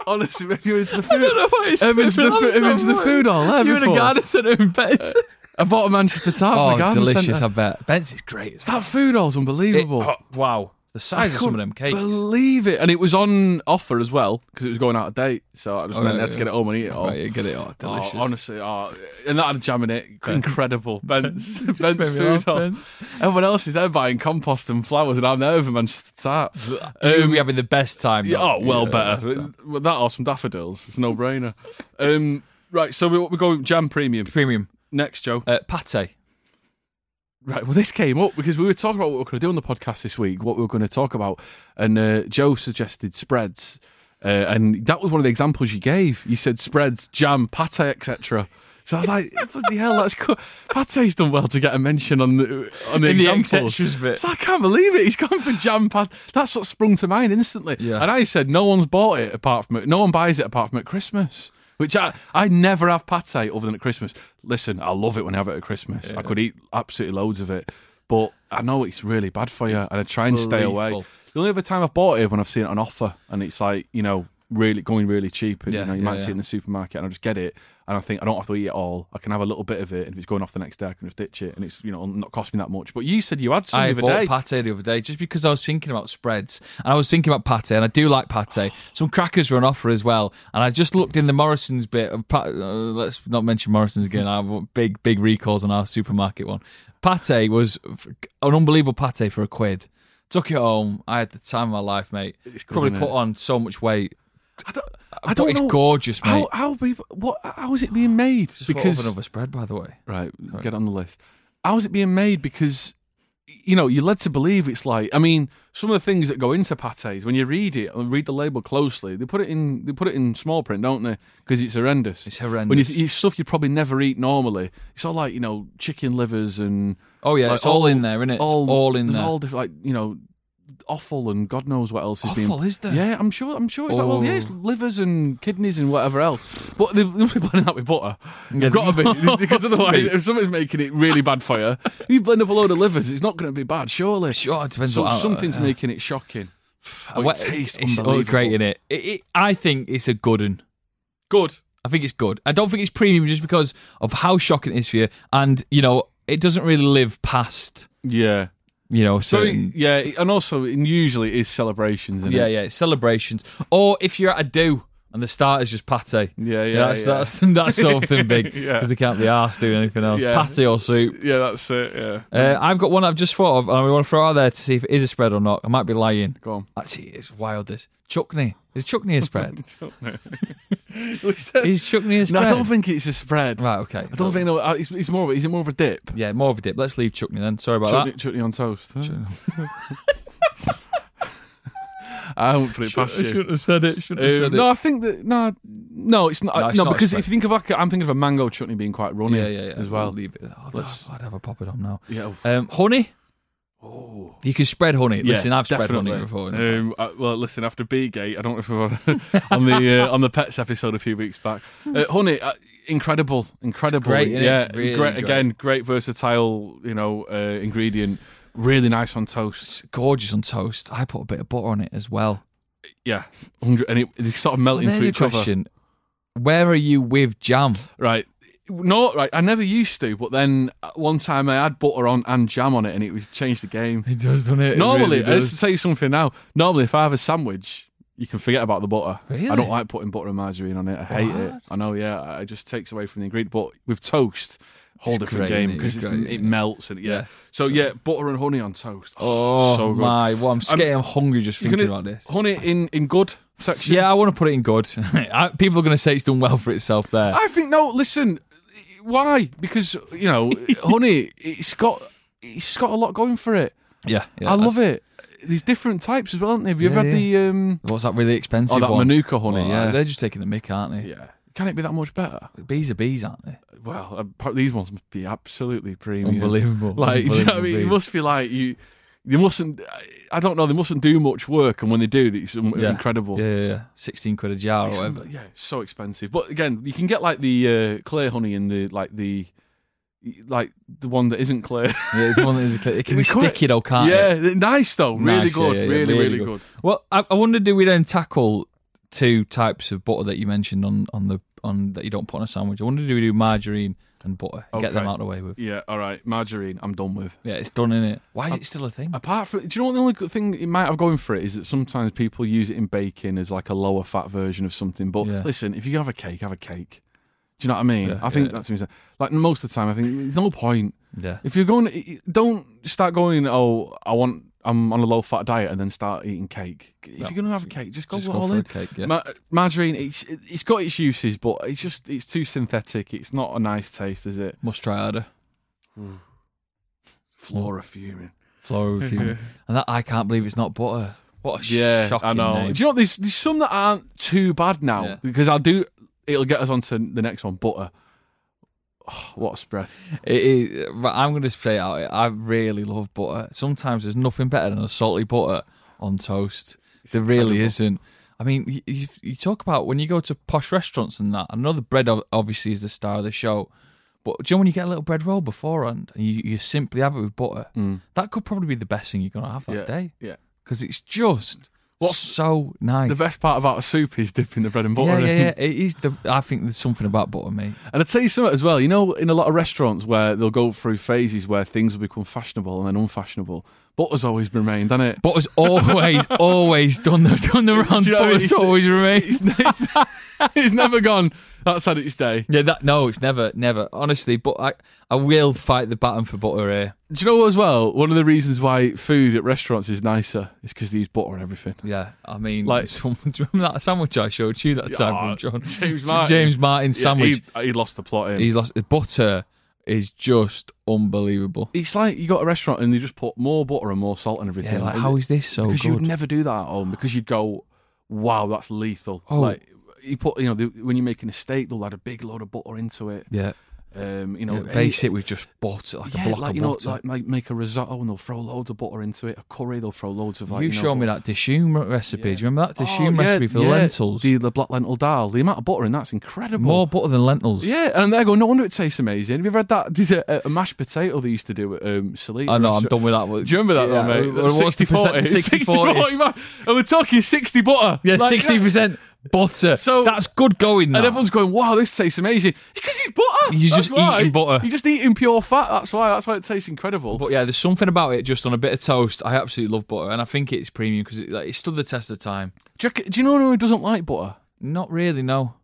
S2: Honestly, maybe it's the food. If it's the, fo- if it's the food all there
S3: You're in a
S2: before.
S3: garden centre in Ben's.
S2: I bought a Manchester tart for the
S3: Uh, oh,
S2: garden
S3: delicious!
S2: centre.
S3: I bet Ben's is great. As well.
S2: That food all's unbelievable.
S3: It- oh, wow,
S2: I
S3: the size of some of
S2: couldn't
S3: them cakes.
S2: Believe it, and it was on offer as well because it was going out of date. So I just
S3: Oh,
S2: went
S3: yeah,
S2: there to
S3: yeah.
S2: get it home and eat it all.
S3: Right, yeah, get it. Oh, delicious.
S2: Oh, honestly, oh, and that had jam in it. Incredible. Bent's, Bent's
S3: made me laugh,
S2: food. hall.
S3: Bent's.
S2: Everyone else is there buying compost and flowers, and I'm there with Manchester tarts.
S3: You'll be having the best time.
S2: Yeah,
S3: though.
S2: oh, well
S3: Um, Yeah,
S2: better.
S3: that's-
S2: Well, That or some daffodils. It's no brainer. Um, right, so we- we're going jam premium.
S3: Premium
S2: Next, Joe.
S3: uh, pate.
S2: Right, well, this came up because we were talking about what we were going to do on the podcast this week, what we were going to talk about, and uh, Joe suggested spreads, uh, and that was one of the examples you gave. You said spreads, jam, pate, etc. So I was like, bloody hell, that's cool. Pate's done well to get a mention on the on the
S3: In the
S2: examples.
S3: extras bit.
S2: So I can't believe it. He's gone for jam pate. That's what sprung to mind instantly.
S3: Yeah.
S2: And I said, no one's bought it apart from it. No one buys it apart from at Christmas. Which I, I never have pate other than at Christmas. Listen, I love it when I have it at Christmas. I could eat absolutely loads of it, but I know it's really bad for you, and I try and stay away.
S3: lethal.
S2: The only other time I've bought it is when I've seen it on offer, and it's like you know really going really cheap. And,
S3: Yeah,
S2: you know, you
S3: yeah,
S2: might see it
S3: yeah.
S2: in the supermarket, and I just get it, and I think I don't have to eat it all. I can have a little bit of it, and if it's going off the next day, I can just ditch it, and it's you know not cost me that much. But you said you had some
S3: I
S2: the other day.
S3: bought pate the other day just because I was thinking about spreads and I was thinking about pate and I do like pate. Some crackers were on offer as well, and I just looked in the Morrison's bit. Of pa- uh, let's not mention Morrison's again. I have big big recalls on our supermarket one. Pate was f- an unbelievable pate for a quid. Took it home. I had the time of my life, mate.
S2: It's good,
S3: Probably
S2: isn't
S3: put
S2: it?
S3: on so much weight.
S2: I don't, I don't
S3: it's
S2: know
S3: gorgeous, mate.
S2: How how people, what how is it being made?
S3: Just because another spread, by the way.
S2: Right, get on the list. How is it being made? Because you know you're led to believe it's like. I mean, some of the things that go into pates when you read it and read the label closely, they put it in they put it in small print, don't they? Because it's horrendous.
S3: It's horrendous.
S2: When you, it's stuff you'd probably never eat normally. It's all like you know chicken livers and
S3: Oh yeah,
S2: like,
S3: it's all, in there, isn't it? It's all, in
S2: there's
S3: there.
S2: All different, like you know. Offal and God knows what else is
S3: Offal,
S2: being.
S3: is there?
S2: Yeah, I'm sure. I'm sure it's like well, yeah,
S3: Oh.
S2: it's livers and kidneys and whatever else. But they they'll be blending that with butter.
S3: Yeah,
S2: You've got to be
S3: they
S2: because
S3: must
S2: otherwise,
S3: be.
S2: if something's making it really bad for you, you blend up a load of livers. It's not going to be bad, surely.
S3: Sure, it depends
S2: So
S3: what-
S2: something's
S3: yeah.
S2: making it shocking. Oh, it
S3: Well,
S2: tastes
S3: it's all
S2: unbelievable.
S3: great in it. It, it. I think it's a good one.
S2: Good.
S3: I think it's good. I don't think it's premium just because of how shocking it is for you, and you know it doesn't really live past
S2: Yeah.
S3: you know
S2: So
S3: certain.
S2: yeah, and also and usually it is celebrations. Isn't
S3: yeah,
S2: it?
S3: yeah, it's celebrations. Or if you're at a do and the start is just pate. Yeah,
S2: yeah,
S3: that's
S2: yeah.
S3: that's that's often big because
S2: Yeah.
S3: they can't be arsed doing anything else.
S2: Yeah.
S3: Pate or soup.
S2: yeah, that's it. Yeah.
S3: Uh, I've got one I've just thought of, and we want to throw out there to see if it is a spread or not. I might be lying.
S2: Go on.
S3: Actually, it's wild. This chuckney is chuckney a spread?
S2: We said-
S3: is chuckney a
S2: no,
S3: spread?
S2: I don't think it's a spread.
S3: Right, okay.
S2: I don't think no. uh, It's, it's more. Of, a- is it more of a dip?
S3: Yeah, more of a dip. Let's leave Chuckney then. Sorry about
S2: Chutney,
S3: that.
S2: chutney on toast. I won't put it past you.
S3: have said it. Shouldn't
S2: Um, no, I think that no, no, it's not.
S3: No,
S2: No,
S3: it's not
S2: because
S3: expected.
S2: if you think of like, I'm thinking of a mango chutney being quite runny,
S3: Yeah, yeah, yeah.
S2: as well.
S3: We'll leave it. Oh,
S2: Let's-
S3: I'd have a pop it on now.
S2: Yeah.
S3: Um, honey. Oh. You can spread honey.
S2: Yeah,
S3: Listen, I've
S2: definitely.
S3: spread honey before. in the past.
S2: Um, I- well, listen, after Beegate, I don't know if we're on, on the uh, on the pets episode a few weeks back. Uh, honey, uh, incredible, incredible,
S3: great, innit?
S2: yeah,
S3: It's really
S2: great,
S3: great.
S2: again, great versatile, you know, uh, ingredient. Really nice on toast.
S3: It's gorgeous on toast. I put a bit of butter on it as well.
S2: Yeah, 100 and it, they sort of melt
S3: There's
S2: into
S3: a
S2: each other.
S3: question. Where are you with jam?
S2: Right. No, right. I never used to, but then uh, one time I had butter on and jam on it, and it was changed the game.
S3: It does, doesn't it?
S2: Normally, let's tell you something now. Normally, if I have a sandwich, you can forget about the butter. I
S3: Really?
S2: don't like putting butter and margarine on it. I hate it. I know. Yeah, I- it just takes away from the ingredient. But with toast, whole
S3: It's
S2: different
S3: great,
S2: game
S3: innit?
S2: because
S3: It's
S2: it,
S3: great, innit?
S2: melts and yeah.
S3: Yeah.
S2: So, yeah, butter and honey on toast.
S3: Oh
S2: so good.
S3: my! Well, I'm
S2: I'm-
S3: scared. I'm, hungry just
S2: You
S3: thinking
S2: gonna-
S3: about this.
S2: Honey in in good section.
S3: Yeah, I want to put it in good. I- People are going to say it's done well for itself there.
S2: I think no. Listen, why? Because you know, honey, it's got it's got a lot going for it.
S3: Yeah,
S2: I love it. There's different types as well, aren't there? Have you
S3: Yeah,
S2: ever had
S3: yeah.
S2: the um
S3: What's that really expensive
S2: Oh, that
S3: one?
S2: Manuka honey, yeah.
S3: They're just taking the mick, aren't they?
S2: Yeah. Can it be that much better?
S3: Bees are bees, aren't they?
S2: Well, apart- these ones must be absolutely premium.
S3: Unbelievable.
S2: Like, do you know what I mean? It
S3: Unbelievable.
S2: must be like you. They mustn't. I don't know. They mustn't do much work, and when they do, it's um,
S3: Yeah.
S2: incredible.
S3: Yeah, yeah, yeah. 16 quid a jar or
S2: It's-
S3: whatever.
S2: Yeah, it's so expensive. But again, you can get like the uh, clear honey and the like the like the one that isn't clear.
S3: Yeah, the one that is, it can be
S2: They call
S3: sticky though, can't it?
S2: yeah, they're nice though. Really
S3: Nice, yeah,
S2: good.
S3: yeah, yeah,
S2: really, really, good.
S3: Well, I, I wonder do we then tackle two types of butter that you mentioned on, on the on that you don't put on a sandwich? I wonder do we do margarine and butter? Get them
S2: Okay.
S3: out of the way with.
S2: Yeah. All right. Margarine. I'm done with.
S3: Yeah, it's done in it. Why is it still a thing?
S2: Apart from, do you know what the only good thing it might have going for it is that sometimes people use it in baking as like a lower fat version of something. But
S3: Yeah.
S2: listen, if you have a cake, have a cake. Do you know what I mean?
S3: Yeah,
S2: I think
S3: yeah.
S2: that's what I'm saying. like most of the time. I think there's no point
S3: yeah.
S2: if you're going. Don't start going. Oh, I want. I'm on a low fat diet, and then start eating cake. If
S3: No,
S2: you're going to have a cake, just go
S3: just go
S2: all
S3: for a
S2: in.
S3: cake, yeah.
S2: Ma- margarine, it's it's got its uses, but it's just it's too synthetic. It's not a nice taste, is it?
S3: Must try harder.
S2: Flora fuming.
S3: Floral perfume. and that I can't believe it's not butter. What a
S2: Yeah,
S3: shocking
S2: I know.
S3: name.
S2: Do you know there's there's some that aren't too bad now
S3: Yeah.
S2: because I do. It'll get us on to the next one. Butter. Oh, what a spread!
S3: It is, but I'm going to say it out. I really love butter. Sometimes there's nothing better than a salty butter on toast. there really
S2: incredible.
S3: isn't. I mean, you, you, you talk about when you go to posh restaurants and that. I know the bread ob- obviously is the star of the show, but do you know when you get a little bread roll beforehand and you, you simply have it with butter? That could probably be the best thing you're going to have that
S2: Mm. yeah,
S3: day
S2: yeah.
S3: because it's just
S2: What's
S3: so nice.
S2: The best part about a soup is dipping the bread and butter.
S3: Yeah, yeah,
S2: in.
S3: yeah. It is the. I think there's something about butter, mate.
S2: And I tell you something as well. You know, in a lot of restaurants where they'll go through phases where things will become fashionable and then unfashionable. Butter's always remained, hasn't it?
S3: Butter's always, always done the done the round.
S2: Do you know what I mean?
S3: Butter's
S2: It's-
S3: always remained.
S2: It's, it's, it's never gone. That's had its day.
S3: Yeah, that no, it's never, never. Honestly, but I, I will fight the baton for butter here.
S2: Do you know as well? One of the reasons why food at restaurants is nicer is because they use butter and everything.
S3: Yeah, I mean,
S2: Like-
S3: like someone, do you remember that sandwich I showed you that time
S2: Oh,
S3: from John
S2: James Martin.
S3: James Martin sandwich.
S2: Yeah, he, he lost the plot in.
S3: he, lost the butter is just unbelievable.
S2: it's like you got a restaurant and they just put more butter and more salt and everything.
S3: Yeah, like
S2: And
S3: how
S2: it-
S3: is this so
S2: because
S3: good?
S2: you'd never do that at home because you'd go, wow, that's lethal.
S3: Oh.
S2: Like you put, you know, the, when you're making a steak, they'll add a big load of butter into it.
S3: yeah,
S2: Um, you know,
S3: yeah,
S2: any-
S3: base it with just butter, like
S2: yeah,
S3: a block
S2: like
S3: of
S2: you know,
S3: butter.
S2: like make, make a risotto and they'll throw loads of butter into it. A curry, they'll throw loads of like.
S3: you,
S2: know,
S3: showed me
S2: butter.
S3: that dishoom recipe. Do you remember that
S2: Oh,
S3: dishoom
S2: yeah,
S3: recipe for the
S2: yeah,
S3: lentils?
S2: the, the black lentil dal. The amount of butter in that's incredible.
S3: More butter than lentils.
S2: Yeah, and there you go. No wonder it tastes amazing. Have you ever had that? There's a, a mashed potato they used to do at um, Salina.
S3: I know, I'm
S2: restaurant.
S3: done with that one.
S2: Do you remember that
S3: Yeah,
S2: though,
S3: what-
S2: mate?
S3: what's the
S2: 60-40.
S3: percent? 60-40.
S2: 60-40, man. And we're talking 60 butter.
S3: Yeah,
S2: Like,
S3: sixty percent butter.
S2: So-
S3: So that's good going. That.
S2: And everyone's going, wow, this tastes amazing. Because it's butter.
S3: You're
S2: That's
S3: just
S2: why.
S3: eating butter.
S2: You're just eating pure fat. That's why. That's why it tastes incredible.
S3: but yeah, there's something about it just on a bit of toast. I absolutely love butter, and I think it's premium because it, like, it stood the test of time.
S2: do, you, reckon- do you know anyone who doesn't like butter?
S3: Not really, no.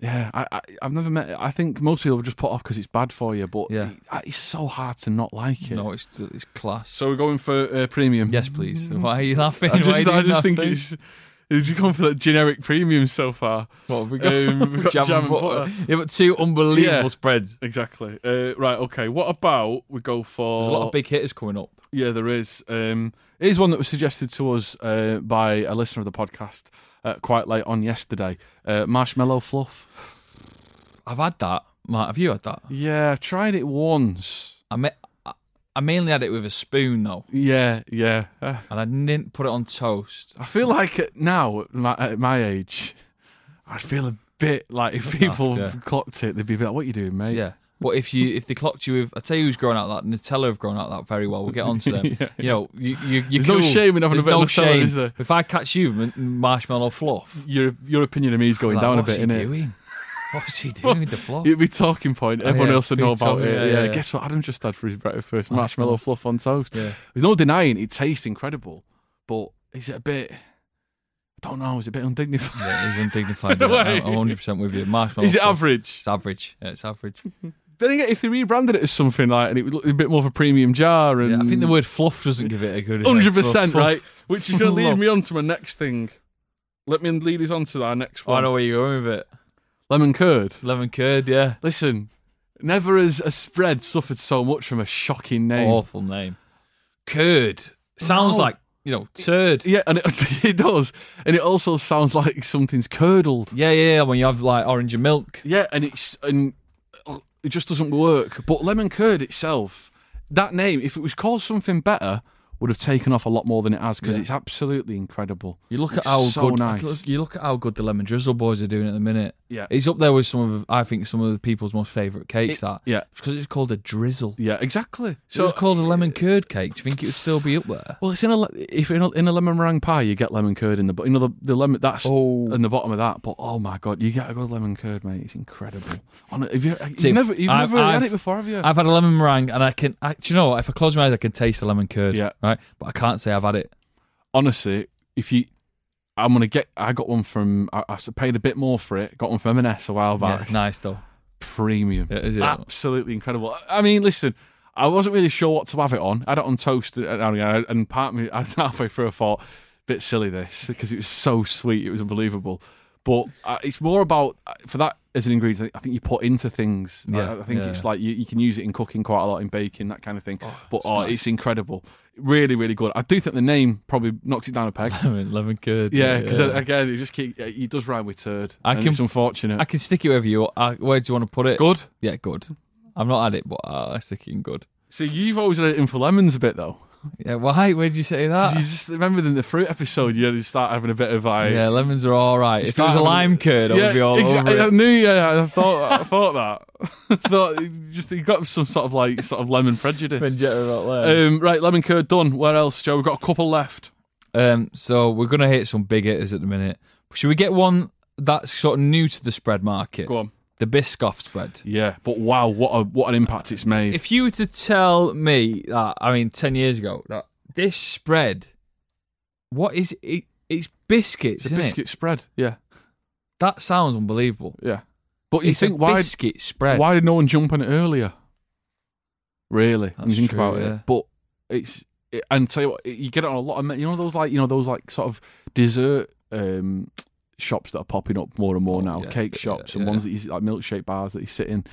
S2: Yeah, I, I, I've never met. I think most people are just put off because it's bad for you. But
S3: Yeah.
S2: it- it's so hard to not like it.
S3: No, it's it's class.
S2: So we're going for uh, premium.
S3: yes, please. Why are you laughing?
S2: I
S3: Why are
S2: just, I
S3: you doing
S2: just think
S3: laughing?
S2: it's. It's gone for that generic premium so far.
S3: What have we got?
S2: Um, we've got
S3: jam, and butter. Yeah, but two unbelievable
S2: Yeah.
S3: spreads.
S2: Exactly. Uh, right. Okay. What about we go for?
S3: There's a lot of big hitters coming up.
S2: Yeah, there is. Um, here's one that was suggested to us uh, by a listener of the podcast uh, quite late on yesterday. Uh, marshmallow fluff.
S3: I've had that. Matt, have you had that?
S2: Yeah, I've tried it once.
S3: I ma- I- I mainly had it with a spoon though,
S2: Yeah, yeah. Uh,
S3: and I didn't put it on toast.
S2: I feel like at- now at my, at my age, I feel a bit like if people
S3: Oh, yeah.
S2: clocked it, they'd be like, "What you doing, mate?"
S3: Yeah. But if you if they clocked you with, I tell you who's grown out that Nutella have grown out that very well. We'll get on to them. You know, you you you're
S2: There's no
S3: cool.
S2: shame in having a
S3: There's
S2: bit of
S3: no
S2: Nutella,
S3: shame.
S2: is there?
S3: If I catch you with m- marshmallow fluff,
S2: Your your opinion of me is going
S3: like,
S2: down a
S3: what's
S2: bit,
S3: he
S2: innit?
S3: doing? What's he doing with the fluff?
S2: It'd be talking point. Everyone
S3: Oh. yeah,
S2: else would know
S3: big
S2: about
S3: talking-
S2: it.
S3: yeah,
S2: Yeah,
S3: yeah, yeah.
S2: Guess what? Adam just had for his breakfast marshmallow fluff on toast.
S3: Yeah.
S2: There's no denying it tastes incredible, but is it a bit? I don't know. Is it a bit undignified?
S3: Yeah, it is undignified.
S2: No
S3: yeah, I'm
S2: way.
S3: 100 percent with you. Marshmallow.
S2: Is it
S3: fluff,
S2: average?
S3: It's average. Yeah, it's average.
S2: Then again, if they rebranded it as something like, and it would look a bit more of a premium jar, and
S3: Yeah, I think the word fluff doesn't give it a good.
S2: hundred percent
S3: Fluff,
S2: right,
S3: fluff.
S2: which is going to lead
S3: Love.
S2: me on to my next thing. Let me lead us on to our next
S3: I
S2: one.
S3: know where you're going with it.
S2: Lemon curd.
S3: Lemon curd. Yeah.
S2: Listen, Never has a spread suffered so much from a shocking name.
S3: Awful name. Curd. Sounds
S2: No.
S3: like, you know, turd.
S2: Yeah, and it, it does. And it also sounds like something's curdled.
S3: Yeah, yeah, yeah, when you have like orange and milk.
S2: Yeah, and it's and uh, it just doesn't work. But lemon curd itself, that name, if it was called something better, would have taken off a lot more than it has because it's absolutely incredible.
S3: You look
S2: It's
S3: at how
S2: so
S3: good
S2: nice.
S3: look- you look at how good the lemon drizzle boys are doing at the minute.
S2: Yeah.
S3: it's up there with some of I think some of the people's most favourite cakes.
S2: It-
S3: that
S2: yeah.
S3: because it's called a drizzle.
S2: yeah, exactly.
S3: So it's called a lemon curd cake. Do you think it would still be up there?
S2: Well, it's in a le- if in a, in a lemon meringue pie, you get lemon curd in the bo- you know the, the lemon that's
S3: Oh.
S2: in the bottom of that. But oh my god, you get a good lemon curd, mate. It's incredible. On it, have you, you've
S3: See,
S2: never you've
S3: I've-
S2: never had
S3: I've-
S2: it before, have you?
S3: I've had a lemon meringue, and I can. I, do you know what? If I close my eyes, I can taste the lemon curd.
S2: Yeah.
S3: right. But I can't say I've had it.
S2: Honestly, if you, I'm gonna get. I got one from. I, I s- paid a bit more for it. Got one from M&S a while
S3: Yeah,
S2: back.
S3: nice though.
S2: Premium.
S3: Yeah, is it?
S2: Ah. Absolutely incredible. I mean, listen. I wasn't really sure what to have it on. I had it on toast, uh, and, and and part of me, I was halfway through, I thought, bit silly this because it was so sweet, it was unbelievable. But uh, it's more about uh, for that as an ingredient. I think you put into things. I-
S3: Yeah,
S2: I, think
S3: yeah.
S2: it's like you, you can use it in cooking quite a lot, in baking, that kind of thing. but
S3: it's
S2: oh,
S3: nice.
S2: it's incredible, really, really good. I do think the name probably knocks it down a peg.
S3: I mean, lemon curd.
S2: Yeah, because again, it just keep, it does rhyme with turd.
S3: I
S2: and
S3: can-
S2: it's unfortunate.
S3: I can stick it wherever you. want. I, where do you want to put it?
S2: Good.
S3: Yeah, good. I've not had it, but uh, I stick it in good.
S2: So you've always had it in for lemons a bit though.
S3: Yeah, why? Where did you say that?
S2: 'Cause you just remember in the fruit episode, you had to start having a bit of like.
S3: Yeah, lemons are all right. If there
S2: start
S3: was a
S2: having-
S3: lime curd, I
S2: Yeah,
S3: would be all
S2: exactly.
S3: over
S2: I
S3: it.
S2: knew. Yeah, I thought. I thought that. I thought you just you got some sort of like sort of lemon prejudice.
S3: Vendetta right there.
S2: Um, right, lemon curd done. Where else, Joe? We've got a couple left.
S3: Um, so we're gonna hit some big hitters at the minute. Should we get one that's sort of new to the spread market?
S2: Go on.
S3: The Biscoff spread.
S2: Yeah, but wow, what a what an impact it's made.
S3: If you were to tell me that, I mean, ten years ago, that this spread, what is it? It's biscuits,
S2: it's a
S3: isn't
S2: biscuit
S3: it?
S2: spread. Yeah,
S3: That sounds unbelievable.
S2: yeah. But you
S3: it's
S2: think
S3: a
S2: why?
S3: biscuit spread?
S2: Why did no one jump on it earlier? Really, when you
S3: That's
S2: think
S3: true,
S2: about
S3: yeah.
S2: it. But it's it, and tell you what, you get it on a lot of you know those like you know those like sort of dessert um, shops that are popping up more and more
S3: Oh,
S2: now,
S3: yeah,
S2: cake
S3: yeah,
S2: shops and
S3: yeah.
S2: ones that you see, like milkshake bars that you sit in.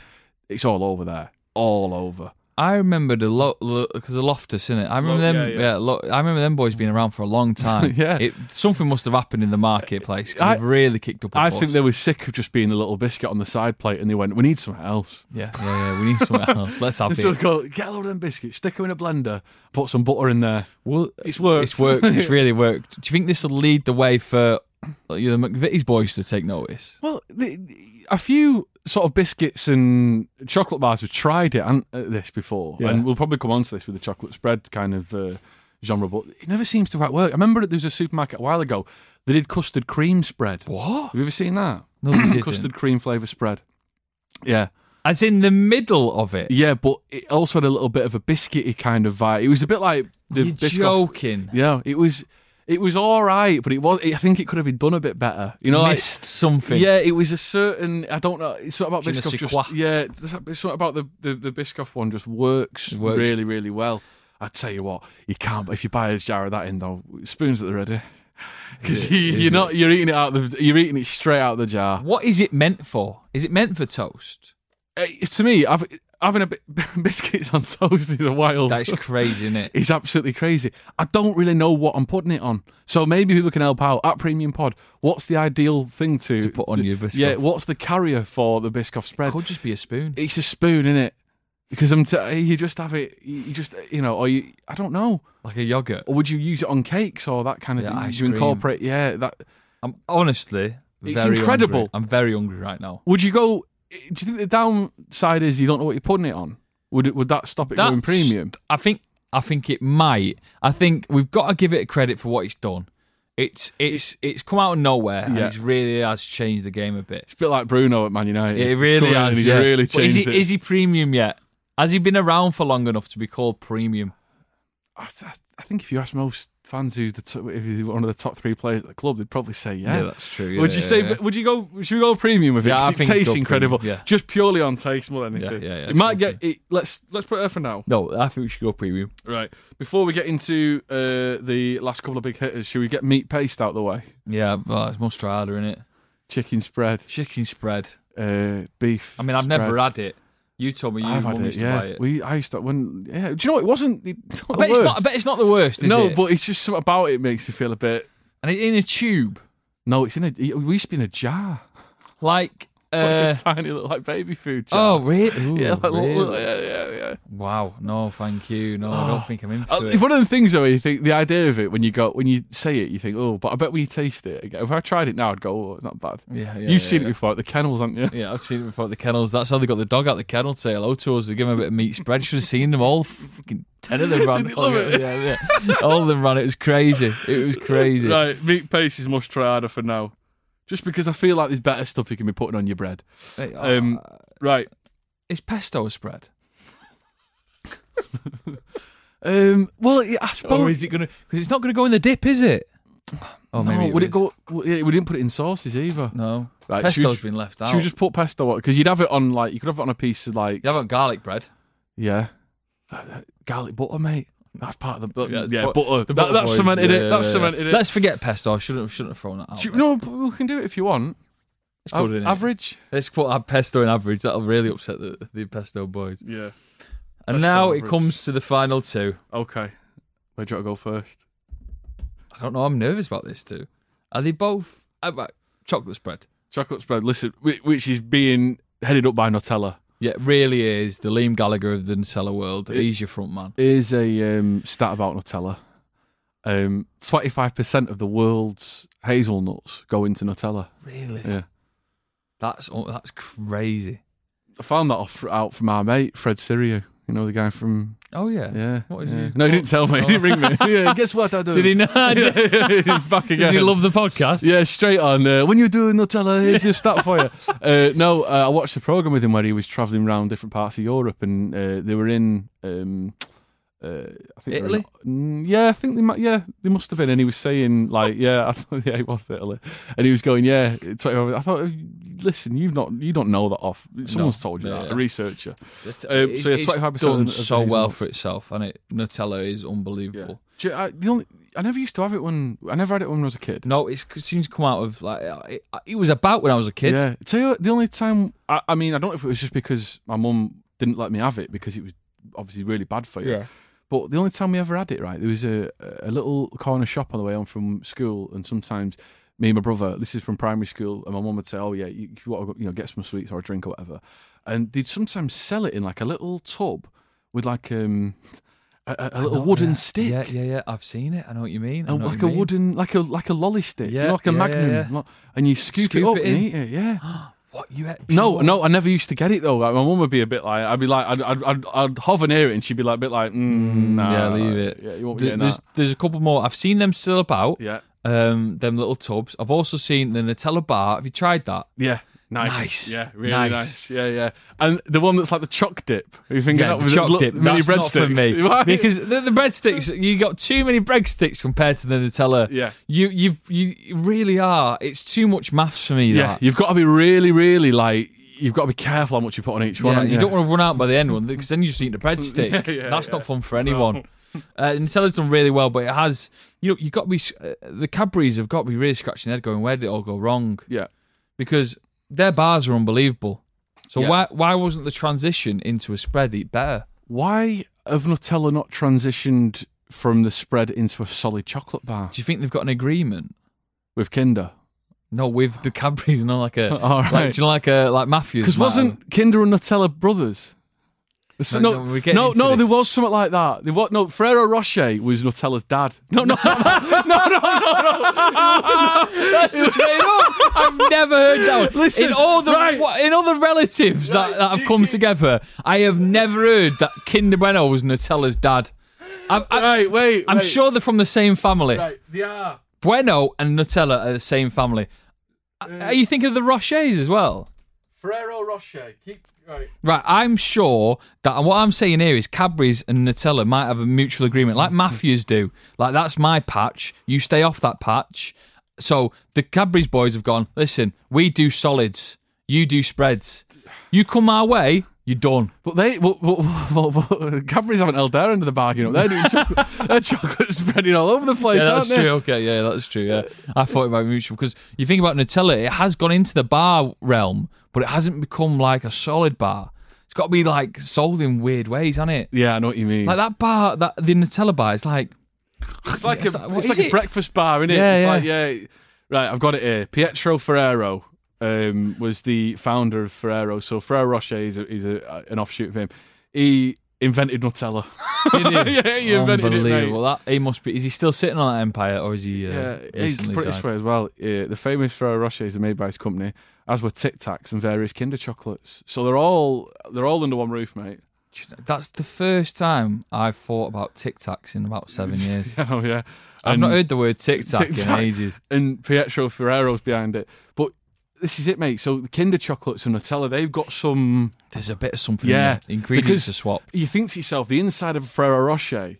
S2: It's all over there, all over.
S3: I remember the lo- lo- cause the Loftus, innit? I remember
S2: Lo-
S3: them.
S2: yeah,
S3: Yeah,
S2: yeah.
S3: lo- I remember them boys being around for a long time.
S2: Yeah.
S3: it, something must have happened in the marketplace
S2: I-
S3: because they've really kicked up. a
S2: I
S3: fuss.
S2: think they were sick of just being the little biscuit on the side plate, and they went, "We need something else."
S3: Yeah, yeah, yeah. We need something else. Let's have
S2: This was
S3: it.
S2: called get a load of them biscuits, stick them in a blender, put some butter in there.
S3: Well,
S2: It's worked.
S3: it's worked. It's really worked. Do you think this will lead the way for you know, the McVitie's boys to take notice?
S2: Well, the, the- a few sort of biscuits and chocolate bars have tried it and uh, this before,
S3: Yeah.
S2: and we'll probably come on to this with the chocolate spread kind of uh, genre, but it never seems to quite work. I remember that there was a supermarket a while ago that did custard cream spread.
S3: What?
S2: Have you ever seen that?
S3: No, they didn't.
S2: custard cream flavour spread. Yeah,
S3: As in the middle of it.
S2: yeah, but it also had a little bit of a biscuity kind of vibe. It was a bit like the
S3: You're
S2: Biscoff-
S3: joking.
S2: Yeah, it was. It was all right, but it was. I think it could have been done a bit better. You know, like-
S3: Missed something.
S2: yeah, it was a certain. I don't know. It's not about
S3: Je ne
S2: Biscoff.
S3: sais
S2: Just,
S3: quoi.
S2: yeah, it's it's not about the, the the Biscoff one. Just works,
S3: It works.
S2: really, really well. I tell you what, you can't. If you buy a jar of that in though, spoons at the ready, because you, you're not you're eating it out the you're eating it straight out the jar.
S3: What is it meant for? Is it meant for toast?
S2: Eh, to me, I've, having a bit biscuits on toast is a wild.
S3: That is crazy, isn't it?
S2: It's absolutely crazy. I don't really know what I'm putting it on. So maybe people can help out at Premium Pod. What's the ideal thing to,
S3: To put on your Biscoff.
S2: Yeah, what's the carrier for the Biscoff spread?
S3: Could just be a spoon.
S2: It's a spoon, is it? Because I'm t- you just have it. You you just you know, or you I don't know.
S3: Like a yogurt.
S2: Or would you use it on cakes or that kind of
S3: Yeah,
S2: thing?
S3: ice
S2: you
S3: cream.
S2: incorporate, yeah. That
S3: I'm honestly
S2: It's
S3: very
S2: incredible.
S3: hungry. I'm very hungry right now.
S2: would you go? Do you think the downside is you don't know what you're putting it on? Would it, would that stop it going
S3: That's-
S2: premium?
S3: I think I think it might. I think we've got to give it credit for what it's done. It's it's it's come out of nowhere and
S2: Yeah.
S3: it really has changed the game a bit.
S2: It's a bit like Bruno at Man United.
S3: It
S2: He's
S3: really
S2: come in and
S3: has.
S2: He's
S3: yeah.
S2: really
S3: But is
S2: changed
S3: he,
S2: it.
S3: is he premium yet? Has he been around for long enough to be called premium?
S2: I, th- I think if you ask most fans who's the top, if he's one of the top three players at the club, they'd probably say yeah.
S3: that's true.
S2: would you say?
S3: Yeah,
S2: Would you go? Should we go premium with it?
S3: Yeah,
S2: 'Cause
S3: I
S2: it
S3: think
S2: tastes
S3: go
S2: incredible.
S3: premium, yeah.
S2: Just purely on taste more than
S3: Yeah,
S2: anything.
S3: yeah, yeah,
S2: it
S3: let's
S2: might
S3: go
S2: get. It, let's let's put it there for now.
S3: No, I think we should go premium.
S2: Right. Before we get into uh, the last couple of big hitters, should we get meat paste out the way?
S3: Yeah, well, it's much harder, isn't it?
S2: Chicken spread,
S3: Chicken spread.
S2: uh, beef.
S3: I mean, I've
S2: spread.
S3: never had it, You told me you
S2: I've
S3: mum
S2: had it.
S3: used to
S2: Yeah,
S3: buy it.
S2: we I used to when. Yeah, do you know what? it wasn't? It's not
S3: I bet
S2: the
S3: it's
S2: worst.
S3: not. I bet it's not the worst. Is
S2: no,
S3: it?
S2: but it's just something about it makes you feel a bit.
S3: and it, in a tube,
S2: No, it's in a. We used to be in a jar,
S3: like.
S2: like a
S3: Uh,
S2: tiny little like baby food jar.
S3: oh really? Ooh,
S2: yeah, like,
S3: really?
S2: little- yeah, yeah, yeah.
S3: Wow. No, thank you. No, I don't think I'm in for
S2: Uh,
S3: it.
S2: It's one of the things though. where You think the idea of it when you go when you say it, you think, oh, but I bet when you taste it, if I tried it now, I'd go, oh, it's not bad.
S3: Yeah, yeah,
S2: You've
S3: yeah,
S2: seen
S3: yeah.
S2: it before at the kennels, haven't you?
S3: Yeah, I've seen it before at the kennels. That's how they got the dog out the kennel to say hello to us. They give him a bit of meat spread. You should have seen them all. Fucking ten of them ran.
S2: They love it.
S3: Yeah, yeah. All of them ran. It was crazy. It was crazy.
S2: Right, meat pasties must try harder for now. Just because I feel like there's better stuff you can be putting on your bread. Um, right.
S3: oh, Is pesto a spread?
S2: Um, well, yeah, I
S3: Or
S2: suppose.
S3: is it gonna? Because it's not gonna go in the dip, is it? Oh,
S2: no,
S3: maybe
S2: would it
S3: is.
S2: go? well, yeah, We didn't put it in sauces either.
S3: No.
S2: Right, should we-
S3: Pesto's been left out.
S2: Should we just put pesto on? Because you'd have it on like you could have it on a piece of like
S3: You haven't garlic bread.
S2: yeah, Uh, garlic butter, mate. That's part of the but, yeah,
S3: but-
S2: butter.
S3: the
S2: That- that
S3: boys.
S2: cemented
S3: Yeah,
S2: it.
S3: yeah,
S2: That
S3: yeah.
S2: cemented it.
S3: Let's forget pesto. I shouldn't shouldn't have thrown that out.
S2: Do you-
S3: mate.
S2: no, but we can do it if you want.
S3: it's
S2: Av-
S3: good, innit?
S2: average.
S3: Let's put our pesto in average. That'll really upset the, the pesto boys.
S2: Yeah.
S3: And
S2: Pesto
S3: now it
S2: average.
S3: comes to the final two.
S2: Okay. Where do you want to go first?
S3: I don't know. I'm nervous about this too. Are they both uh, right, chocolate spread?
S2: Chocolate spread. Listen, whi- which is being headed up by Nutella.
S3: Yeah, it really is the Liam Gallagher of the Nutella world. He's your front man.
S2: Here's a um, stat about Nutella. Um, 25% of the world's hazelnuts go into Nutella.
S3: Really?
S2: Yeah.
S3: That's oh, that's crazy.
S2: I found that off, out from our mate, Fred Sirio. You know, the guy from.
S3: Oh yeah.
S2: Yeah.
S3: What is
S2: yeah.
S3: his-
S2: No, he didn't tell me. He didn't ring me. yeah, guess what I do?
S3: Did he not?
S2: He's back again.
S3: Does he love the podcast?
S2: Yeah, straight on. Uh, when you do Nutella, here's your stat for you. Uh, no, uh, I watched a program with him where he was traveling around different parts of Europe, and uh, they were in. Um, uh, I think they were in-
S3: Italy?
S2: Mm, yeah, I think they might. Yeah, they must have been. And he was saying like, yeah, I thought, yeah, he was Italy, and he was going, yeah, it's like- I thought, "Oh, listen, you've not, you don't know that off. Someone's told you
S3: Yeah,
S2: that.
S3: yeah.
S2: A researcher.
S3: It's,
S2: Um, so yeah,
S3: it's
S2: 25%
S3: done
S2: of
S3: so well
S2: hazelnuts.
S3: for itself, and it Nutella is
S2: Yeah.
S3: unbelievable.
S2: Do you- I, the only, I never used to have it when I never had it when I was a kid.
S3: No, it's, it seems to come out of like it, it was about when I was a kid.
S2: Yeah. Tell you what, the only time I, I mean, I don't know if it was just because my mum didn't let me have it because it was obviously really bad for you.
S3: Yeah.
S2: But the only time we ever had it, right, there was a a little corner shop on the way home from school, and sometimes me and my brother, this is from primary school, and my mum would say, "Oh yeah, you, you, want to, you know, get some sweets or a drink or whatever," and they'd sometimes sell it in like a little tub with like um a- a, a little wooden
S3: yeah.
S2: stick.
S3: Yeah, yeah, yeah. I've seen it. I know what you mean.
S2: And
S3: I know what
S2: Oh, like
S3: you
S2: a
S3: mean.
S2: wooden, like a like a lolly stick, you
S3: Yeah,
S2: know, like a
S3: yeah,
S2: magnum,
S3: yeah.
S2: lo- and you scoop,
S3: Scoop
S2: it up
S3: it
S2: and
S3: in.
S2: eat it. Yeah,
S3: What you ate?
S2: no,
S3: pure-
S2: no, I never used to get it though. Like, my mum would be a bit like, I'd be like, I'd, I'd, I'd, I'd hover near it, and she'd be like, a bit like, mm, nah,
S3: yeah, leave it.
S2: Yeah, you won't be
S3: Th-
S2: getting
S3: there's,
S2: that.
S3: there's a couple more. I've seen them still about.
S2: Yeah,
S3: Um, them little tubs. I've also seen the Nutella bar. Have you tried that?
S2: yeah, nice,
S3: Nice.
S2: yeah, really
S3: Nice.
S2: nice. yeah, yeah. And the one that's like the choc dip. Are you thinking that
S3: the
S2: was
S3: choc
S2: little
S3: dip.
S2: mini
S3: That's not for
S2: breadsticks?
S3: me
S2: Why?
S3: because the, the breadsticks. You got too many breadsticks compared to the Nutella.
S2: Yeah.
S3: you you've you really are. It's too much maths for me.
S2: yeah,
S3: that.
S2: you've got to be really, really like, you've got to be careful how much you put on each one.
S3: Yeah,
S2: haven't
S3: you don't want to run out by the end one because then you just eat the breadstick. That's not fun for anyone. Uh, Nutella's done really well, but it has you know you got to be s- uh, the Cadbury's have got to be really scratching their head going where did it all go wrong
S2: yeah.
S3: because their bars are unbelievable. So
S2: Yeah.
S3: why why wasn't the transition into a spread eat better?
S2: Why have Nutella not transitioned from the spread into a solid chocolate bar
S3: Do you think they've got an agreement?
S2: with Kinder?
S3: No, with the Cadbury's, not like a
S2: All
S3: like,
S2: right.
S3: do you know, like a like Matthews.
S2: Because
S3: might have.
S2: wasn't Kinder and Nutella brothers? So-
S3: No,
S2: no,
S3: no, we're
S2: no,
S3: getting
S2: no,
S3: into this.
S2: there was something like that. There was, no, Ferrero Rocher was Nutella's dad. No, no, no, no, no, no,
S3: That's just made up. I've never heard that. One.
S2: Listen,
S3: in all the
S2: right.
S3: what- in all the relatives that, that have come together, I have never heard that Kinder Bueno was Nutella's dad. I'm, I,
S2: no. Right, wait.
S3: I'm
S2: wait.
S3: sure they're from the same family.
S2: Right, they are.
S3: Bueno and Nutella are the same family.
S2: Uh,
S3: are you thinking of the Rochers as well?
S2: Ferrero Rocher. Keep right.
S3: Right, I'm sure that what I'm saying here is Cadbury's and Nutella might have a mutual agreement, like mafias do. Like that's my patch. You stay off that patch. So the Cadbury's boys have gone. Listen, we do solids. You do spreads. You come our way, you're done.
S2: But they, well, well, well, well, Cadbury's haven't held their end of the bargain up. They're doing chocolate, their chocolate's spreading all over the place,
S3: Yeah,
S2: aren't
S3: that's
S2: they?
S3: true. Okay, yeah, that's true. Yeah, I thought about mutual because you think about Nutella, it has gone into the bar realm, but it hasn't become like a solid bar. It's got to be like sold in weird ways, hasn't it?
S2: Yeah, I know what you mean.
S3: Like that bar, that the Nutella bar is like
S2: it's like
S3: It's
S2: a,
S3: like- what
S2: it's
S3: is
S2: like a
S3: it?
S2: breakfast bar, isn't it?
S3: Yeah,
S2: it's
S3: yeah.
S2: like yeah. Right, I've got it here. Pietro Ferrero um, was the founder of Ferrero. So Ferrero Rocher is, a, is a, uh, an offshoot of him. He invented Nutella. yeah, he invented it. mate.
S3: unbelievable. That he must be. Is he still sitting on that empire, or is he? Uh,
S2: Yeah, it's
S3: recently
S2: put it this
S3: died?
S2: way as well. Yeah, the famous Ferrero Rochers are made by his company, as were Tic Tacs and various Kinder chocolates. So they're all they're all under one roof, mate.
S3: That's the first time I've thought about Tic Tacs in about seven years.
S2: Oh yeah,
S3: I've
S2: And-
S3: not heard the word Tic Tac in
S2: Tic-tac.
S3: ages.
S2: And Pietro Ferrero's behind it, but this is it, mate. So the Kinder chocolates and Nutella, they've got some.
S3: There's a bit of something.
S2: Yeah,
S3: Yeah, ingredients
S2: because-
S3: are swapped.
S2: You think to yourself, the inside of a Ferrero Rocher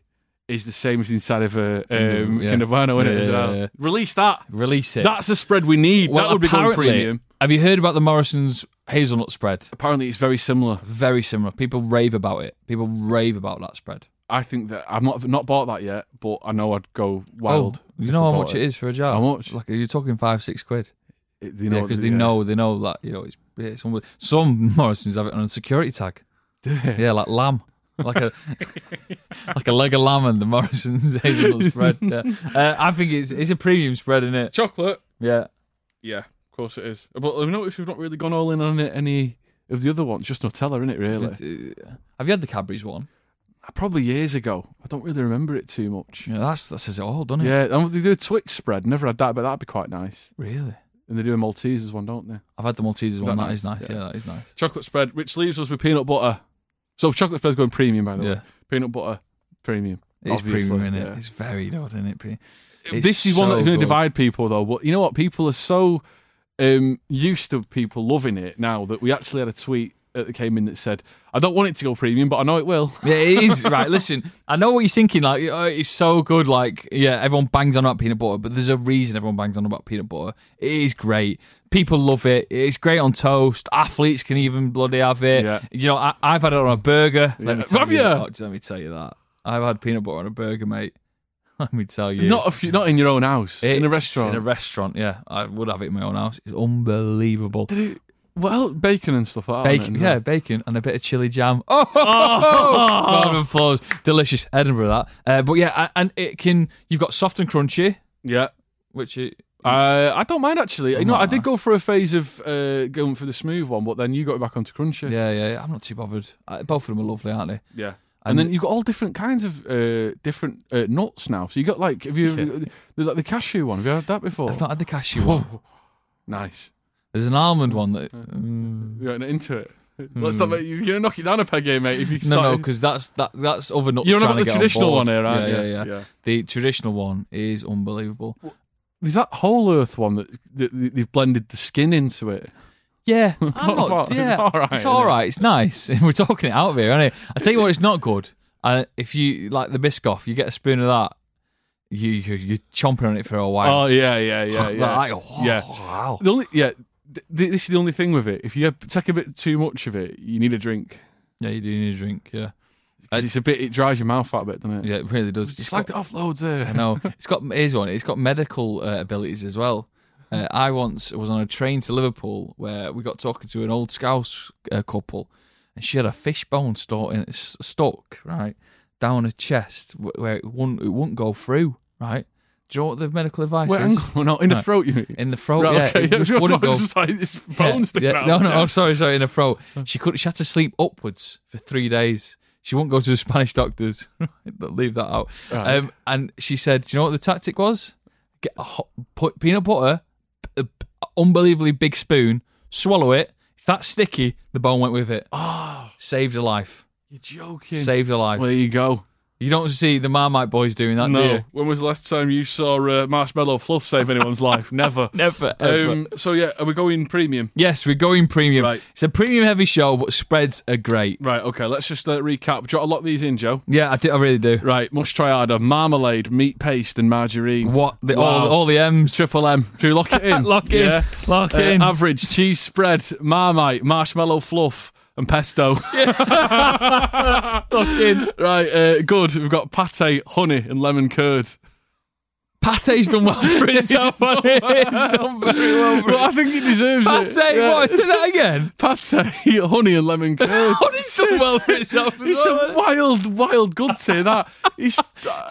S2: is the same as the inside of a um,
S3: yeah.
S2: Kinder Bueno, isn't it? As
S3: Yeah, yeah,
S2: well?
S3: yeah.
S2: Release that.
S3: Release it.
S2: That's the spread we need.
S3: Well,
S2: that would be going
S3: apparently-
S2: premium.
S3: Have you heard about the Morrison's hazelnut spread?
S2: Apparently, it's very similar.
S3: Very similar. People rave about it. People rave about that spread.
S2: I think that I've not not bought that yet, but I know I'd go wild.
S3: Oh, you
S2: if
S3: know
S2: I
S3: how
S2: bought
S3: much it is for a jar?
S2: How much?
S3: Like you're talking five, six quid.
S2: It- you
S3: Yeah,
S2: know,
S3: 'cause because they know they know that you know it's, yeah, it's unbelievable. some Morrison's have it on a security tag. Yeah, like lamb, like a like a leg of lamb and the Morrison's hazelnut spread. Yeah. Uh, I think it's it's a premium spread, isn't it?
S2: chocolate.
S3: Yeah,
S2: Yeah, of course it is. But I've noticed we've not really gone all in on it- any of the other ones. Just Nutella, in it really?
S3: uh,
S2: Ah,
S3: have you had the Cadbury's one?
S2: Probably years ago. I don't really remember it too much.
S3: Yeah, that's that says it all, doesn't it?
S2: Yeah, and they do a Twix spread. Never had that, but that'd be quite nice.
S3: really.
S2: And they do a Maltesers one, don't they?
S3: I've had the Maltesers one. That
S2: nice?
S3: is nice.
S2: Yeah.
S3: Yeah. that is nice.
S2: Chocolate spread, which leaves us with peanut butter. So chocolate spread's going premium, by the way.
S3: Yeah.
S2: Peanut butter premium.
S3: It's
S2: obviously,
S3: premium, isn't it?
S2: yeah.
S3: It's very good, isn't it? P? It's
S2: this is one that's
S3: so
S2: going
S3: good.
S2: to divide people, though. But you know what? People are so um, used to people loving it now that we actually had a tweet that came in that said, "I don't want it to go premium, but I know it will."
S3: Yeah, it is. right, listen, I know what you're thinking. Like, oh, it's so good. Like, yeah, everyone bangs on about peanut butter, but there's a reason everyone bangs on about peanut butter. It is great. People love it. It's great on toast. Athletes can even bloody have it.
S2: Yeah.
S3: You know, I, I've had it on a burger. Let
S2: Yeah.
S3: me tell
S2: Have
S3: you.
S2: you?
S3: Oh, let me tell you that. I've had peanut butter on a burger, mate. Let me tell you.
S2: Not if you not in your own house, in a
S3: It's-
S2: restaurant.
S3: In a restaurant, yeah. I would have it in my own house. It's unbelievable.
S2: well, bacon and stuff like that.
S3: Bacon,
S2: isn't it? Oh!
S3: yeah, bacon and a bit of chili jam. Oh, golden floors, delicious Edinburgh that. Uh, but yeah, a- and it can. You've got soft and crunchy,
S2: yeah.
S3: which it,
S2: Uh, I don't mind actually. You know, I did
S3: nice.
S2: go for a phase of uh, going for the smooth one, but then you got it back onto crunchy.
S3: yeah, yeah, yeah, I'm not too bothered. Uh, both of them are lovely, aren't they?
S2: Yeah. And, then you've got all different kinds of uh, different uh, nuts now. So you got like, have you the, like the cashew one? Have you had that before?
S3: I've not had the cashew one.
S2: Whoa. Nice.
S3: There's an almond one that. mm.
S2: You're getting into it. Let's not, you're going to knock it down a peg here, mate. If you
S3: Hmm. No,
S2: start,
S3: no, because that's that that's other nuts.
S2: You're on
S3: trying
S2: about
S3: to
S2: the
S3: get on
S2: traditional
S3: board.
S2: one here, aren't
S3: yeah,
S2: you?
S3: Yeah, yeah,
S2: Yeah.
S3: The traditional one is unbelievable.
S2: There's that whole earth one that, that they've blended the skin into it.
S3: Yeah, I'm
S2: Don't
S3: not-
S2: worry,
S3: yeah,
S2: it's all right,
S3: It's
S2: isn't
S3: all
S2: it?
S3: right. It's nice. We're talking it out of here, aren't it? I tell you what, it's not good. And if you like the Biscoff, you get a spoon of that. You you you're chomping on it for a while.
S2: Oh yeah, yeah, yeah, yeah.
S3: Like, oh,
S2: Yeah.
S3: wow.
S2: The only yeah, th- th- this is the only thing with it. If you have- take a bit too much of it, you need a drink.
S3: Yeah, you do need a drink. Yeah,
S2: 'Cause it's a bit. It dries your mouth out a bit, doesn't it?
S3: yeah, it really does. It's
S2: Slagged it
S3: got,
S2: off loads there.
S3: no, it's got here's one. It's got medical uh, abilities as well. Uh, I once was on a train to Liverpool where we got talking to an old Scouse uh, couple, and she had a fishbone stuck in s- stuck right down her chest wh- where it wouldn't it wouldn't go through. Right? Do you know what the medical advice
S2: Wait,
S3: is?
S2: hang on, no, in the
S3: No.
S2: throat, you mean?
S3: In the throat,
S2: Right,
S3: yeah,
S2: okay.
S3: it just
S2: I was
S3: wouldn't go.
S2: just like, it's
S3: Yeah,
S2: bones sticking
S3: yeah,
S2: out.
S3: No, no,
S2: yeah.
S3: I'm sorry, sorry. In her throat, she couldn't. She had to sleep upwards for three days. She wouldn't go to the Spanish doctors. Leave that out.
S2: Right.
S3: Um, and she said, "Do you know what the tactic was? Get a hot, put peanut butter, a b- unbelievably big spoon, swallow it. It's that sticky. The bone went with it. Oh, saved a life.
S2: You're joking.
S3: Saved a life.
S2: Ah. Well, there you go.
S3: You don't see the Marmite boys doing that, do
S2: No.
S3: you?
S2: When was the last time you saw uh, marshmallow fluff save anyone's life? Never.
S3: Never, ever.
S2: Um, so yeah, are we going premium?
S3: Yes, we're going premium.
S2: Right.
S3: It's a premium heavy show, but spreads are great.
S2: Right. Okay. Let's just uh, recap. Do you want to lock these in, Joe?
S3: Yeah, I, do, I really do.
S2: Right. Must try harder. Marmalade, meat paste, and margarine.
S3: What the, all,
S2: Wow.
S3: all the M's.
S2: Triple M. Should we lock it in? Uh,
S3: Lock in. Lock in.
S2: Average cheese spread, marmite, marshmallow fluff, and pesto.
S3: Lock in.
S2: right, uh, good. We've got pate, honey, and lemon curd.
S3: Pate's done well for himself. hasn't he? He's done very well for
S2: But I think he deserves
S3: Pate,
S2: it. Yeah.
S3: what? Say that again.
S2: Pate, honey and lemon curd.
S3: Honey's done well for itself as
S2: It's
S3: well,
S2: a
S3: hasn't
S2: wild, wild good tea, that. It's,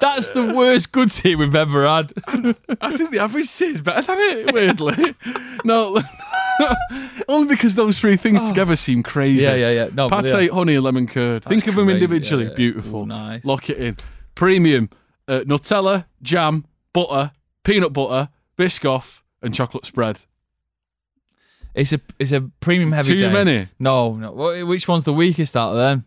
S3: That's the worst good tea we've ever had.
S2: I think the average tea is better than it, weirdly. no, only because those three things together seem crazy.
S3: Oh. Yeah, yeah, yeah. No, but
S2: Pate,
S3: they
S2: honey, and lemon curd. Think of them
S3: crazy,
S2: individually.
S3: yeah, yeah.
S2: Beautiful.
S3: Ooh, nice.
S2: Lock it in. Premium. Uh, Nutella, jam, butter, peanut butter, Biscoff, and chocolate spread.
S3: It's a it's a premium heavy
S2: Too
S3: day.
S2: many.
S3: No, no. Wh- Which one's the weakest out of them?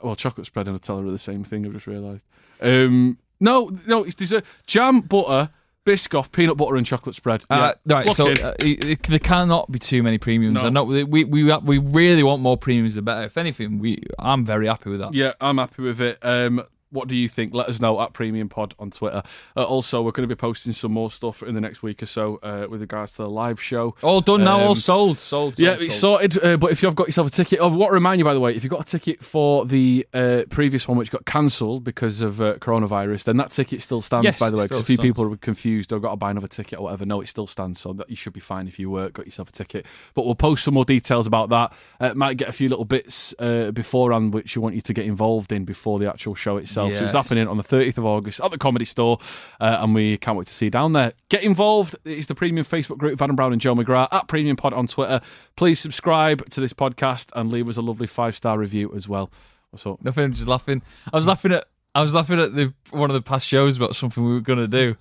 S2: Well, chocolate spread and Nutella are the same thing. I've just realised. Um, no, no, it's dessert. Jam, butter, Biscoff, peanut butter, and chocolate spread.
S3: Uh,
S2: yeah.
S3: right,
S2: Lock
S3: so
S2: in.
S3: uh, it, it, there cannot be too many premiums.
S2: No.
S3: I know we, we we we really want more premiums. The better. If anything, we I'm very happy with that.
S2: Yeah, I'm happy with it. Um, what do you think? Let us know at Premium Pod on Twitter. Uh, also, we're going to be posting some more stuff in the next week or so uh, with regards to the live show.
S3: All done now.
S2: Um,
S3: All sold. Sold. sold
S2: yeah, it's
S3: sold.
S2: sorted. Uh, but if you've got yourself a ticket, oh, what remind you by the way, if you got a ticket for the uh, previous one which got cancelled because of uh, coronavirus, then that ticket still stands.
S3: Yes,
S2: by the way,
S3: it
S2: because a few
S3: still stands.
S2: people are confused or got to buy another ticket or whatever. No, it still stands, so that you should be fine if you uh, got yourself a ticket. But we'll post some more details about that. Uh, might get a few little bits uh, beforehand which you want you to get involved in before the actual show itself. So it's
S3: Yes.
S2: happening on the 30th of August at the Comedy Store, uh, and we can't wait to see you down there. Get involved. It's the Premium Facebook group, Adam Brown and Joe McGrath, at Premium Pod on Twitter. Please subscribe to this podcast and leave us a lovely five star review as well. What's up?
S3: Nothing. I'm just laughing. I was laughing at. I was laughing at the one of the past shows about something we were gonna do.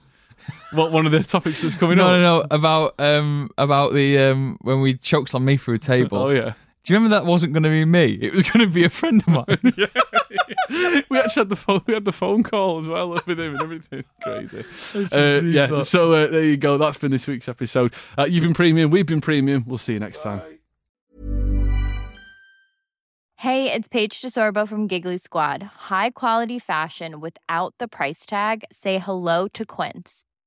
S2: What one of the topics that's coming
S3: No,
S2: up?
S3: no, no. About um about the um when we choked on me through a table.
S2: Oh yeah,
S3: Do you remember that wasn't going to be me? It was going to be a friend of mine.
S2: we actually had the phone. We had the phone call as well with him and everything. Crazy. Uh, yeah. So uh, there you go. That's been this week's episode. Uh, you've been premium. We've been premium. We'll see you next time.
S4: Hey, it's Paige DeSorbo from Giggly Squad. High quality fashion without the price tag. Say hello to Quince.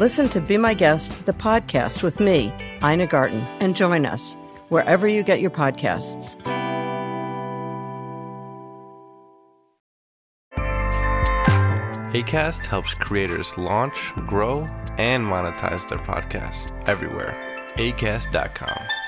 S5: Listen to Be My Guest, the podcast with me, Ina Garten, and join us wherever you get your podcasts.
S6: ACAST helps creators launch, grow, and monetize their podcasts everywhere. ACAST.com.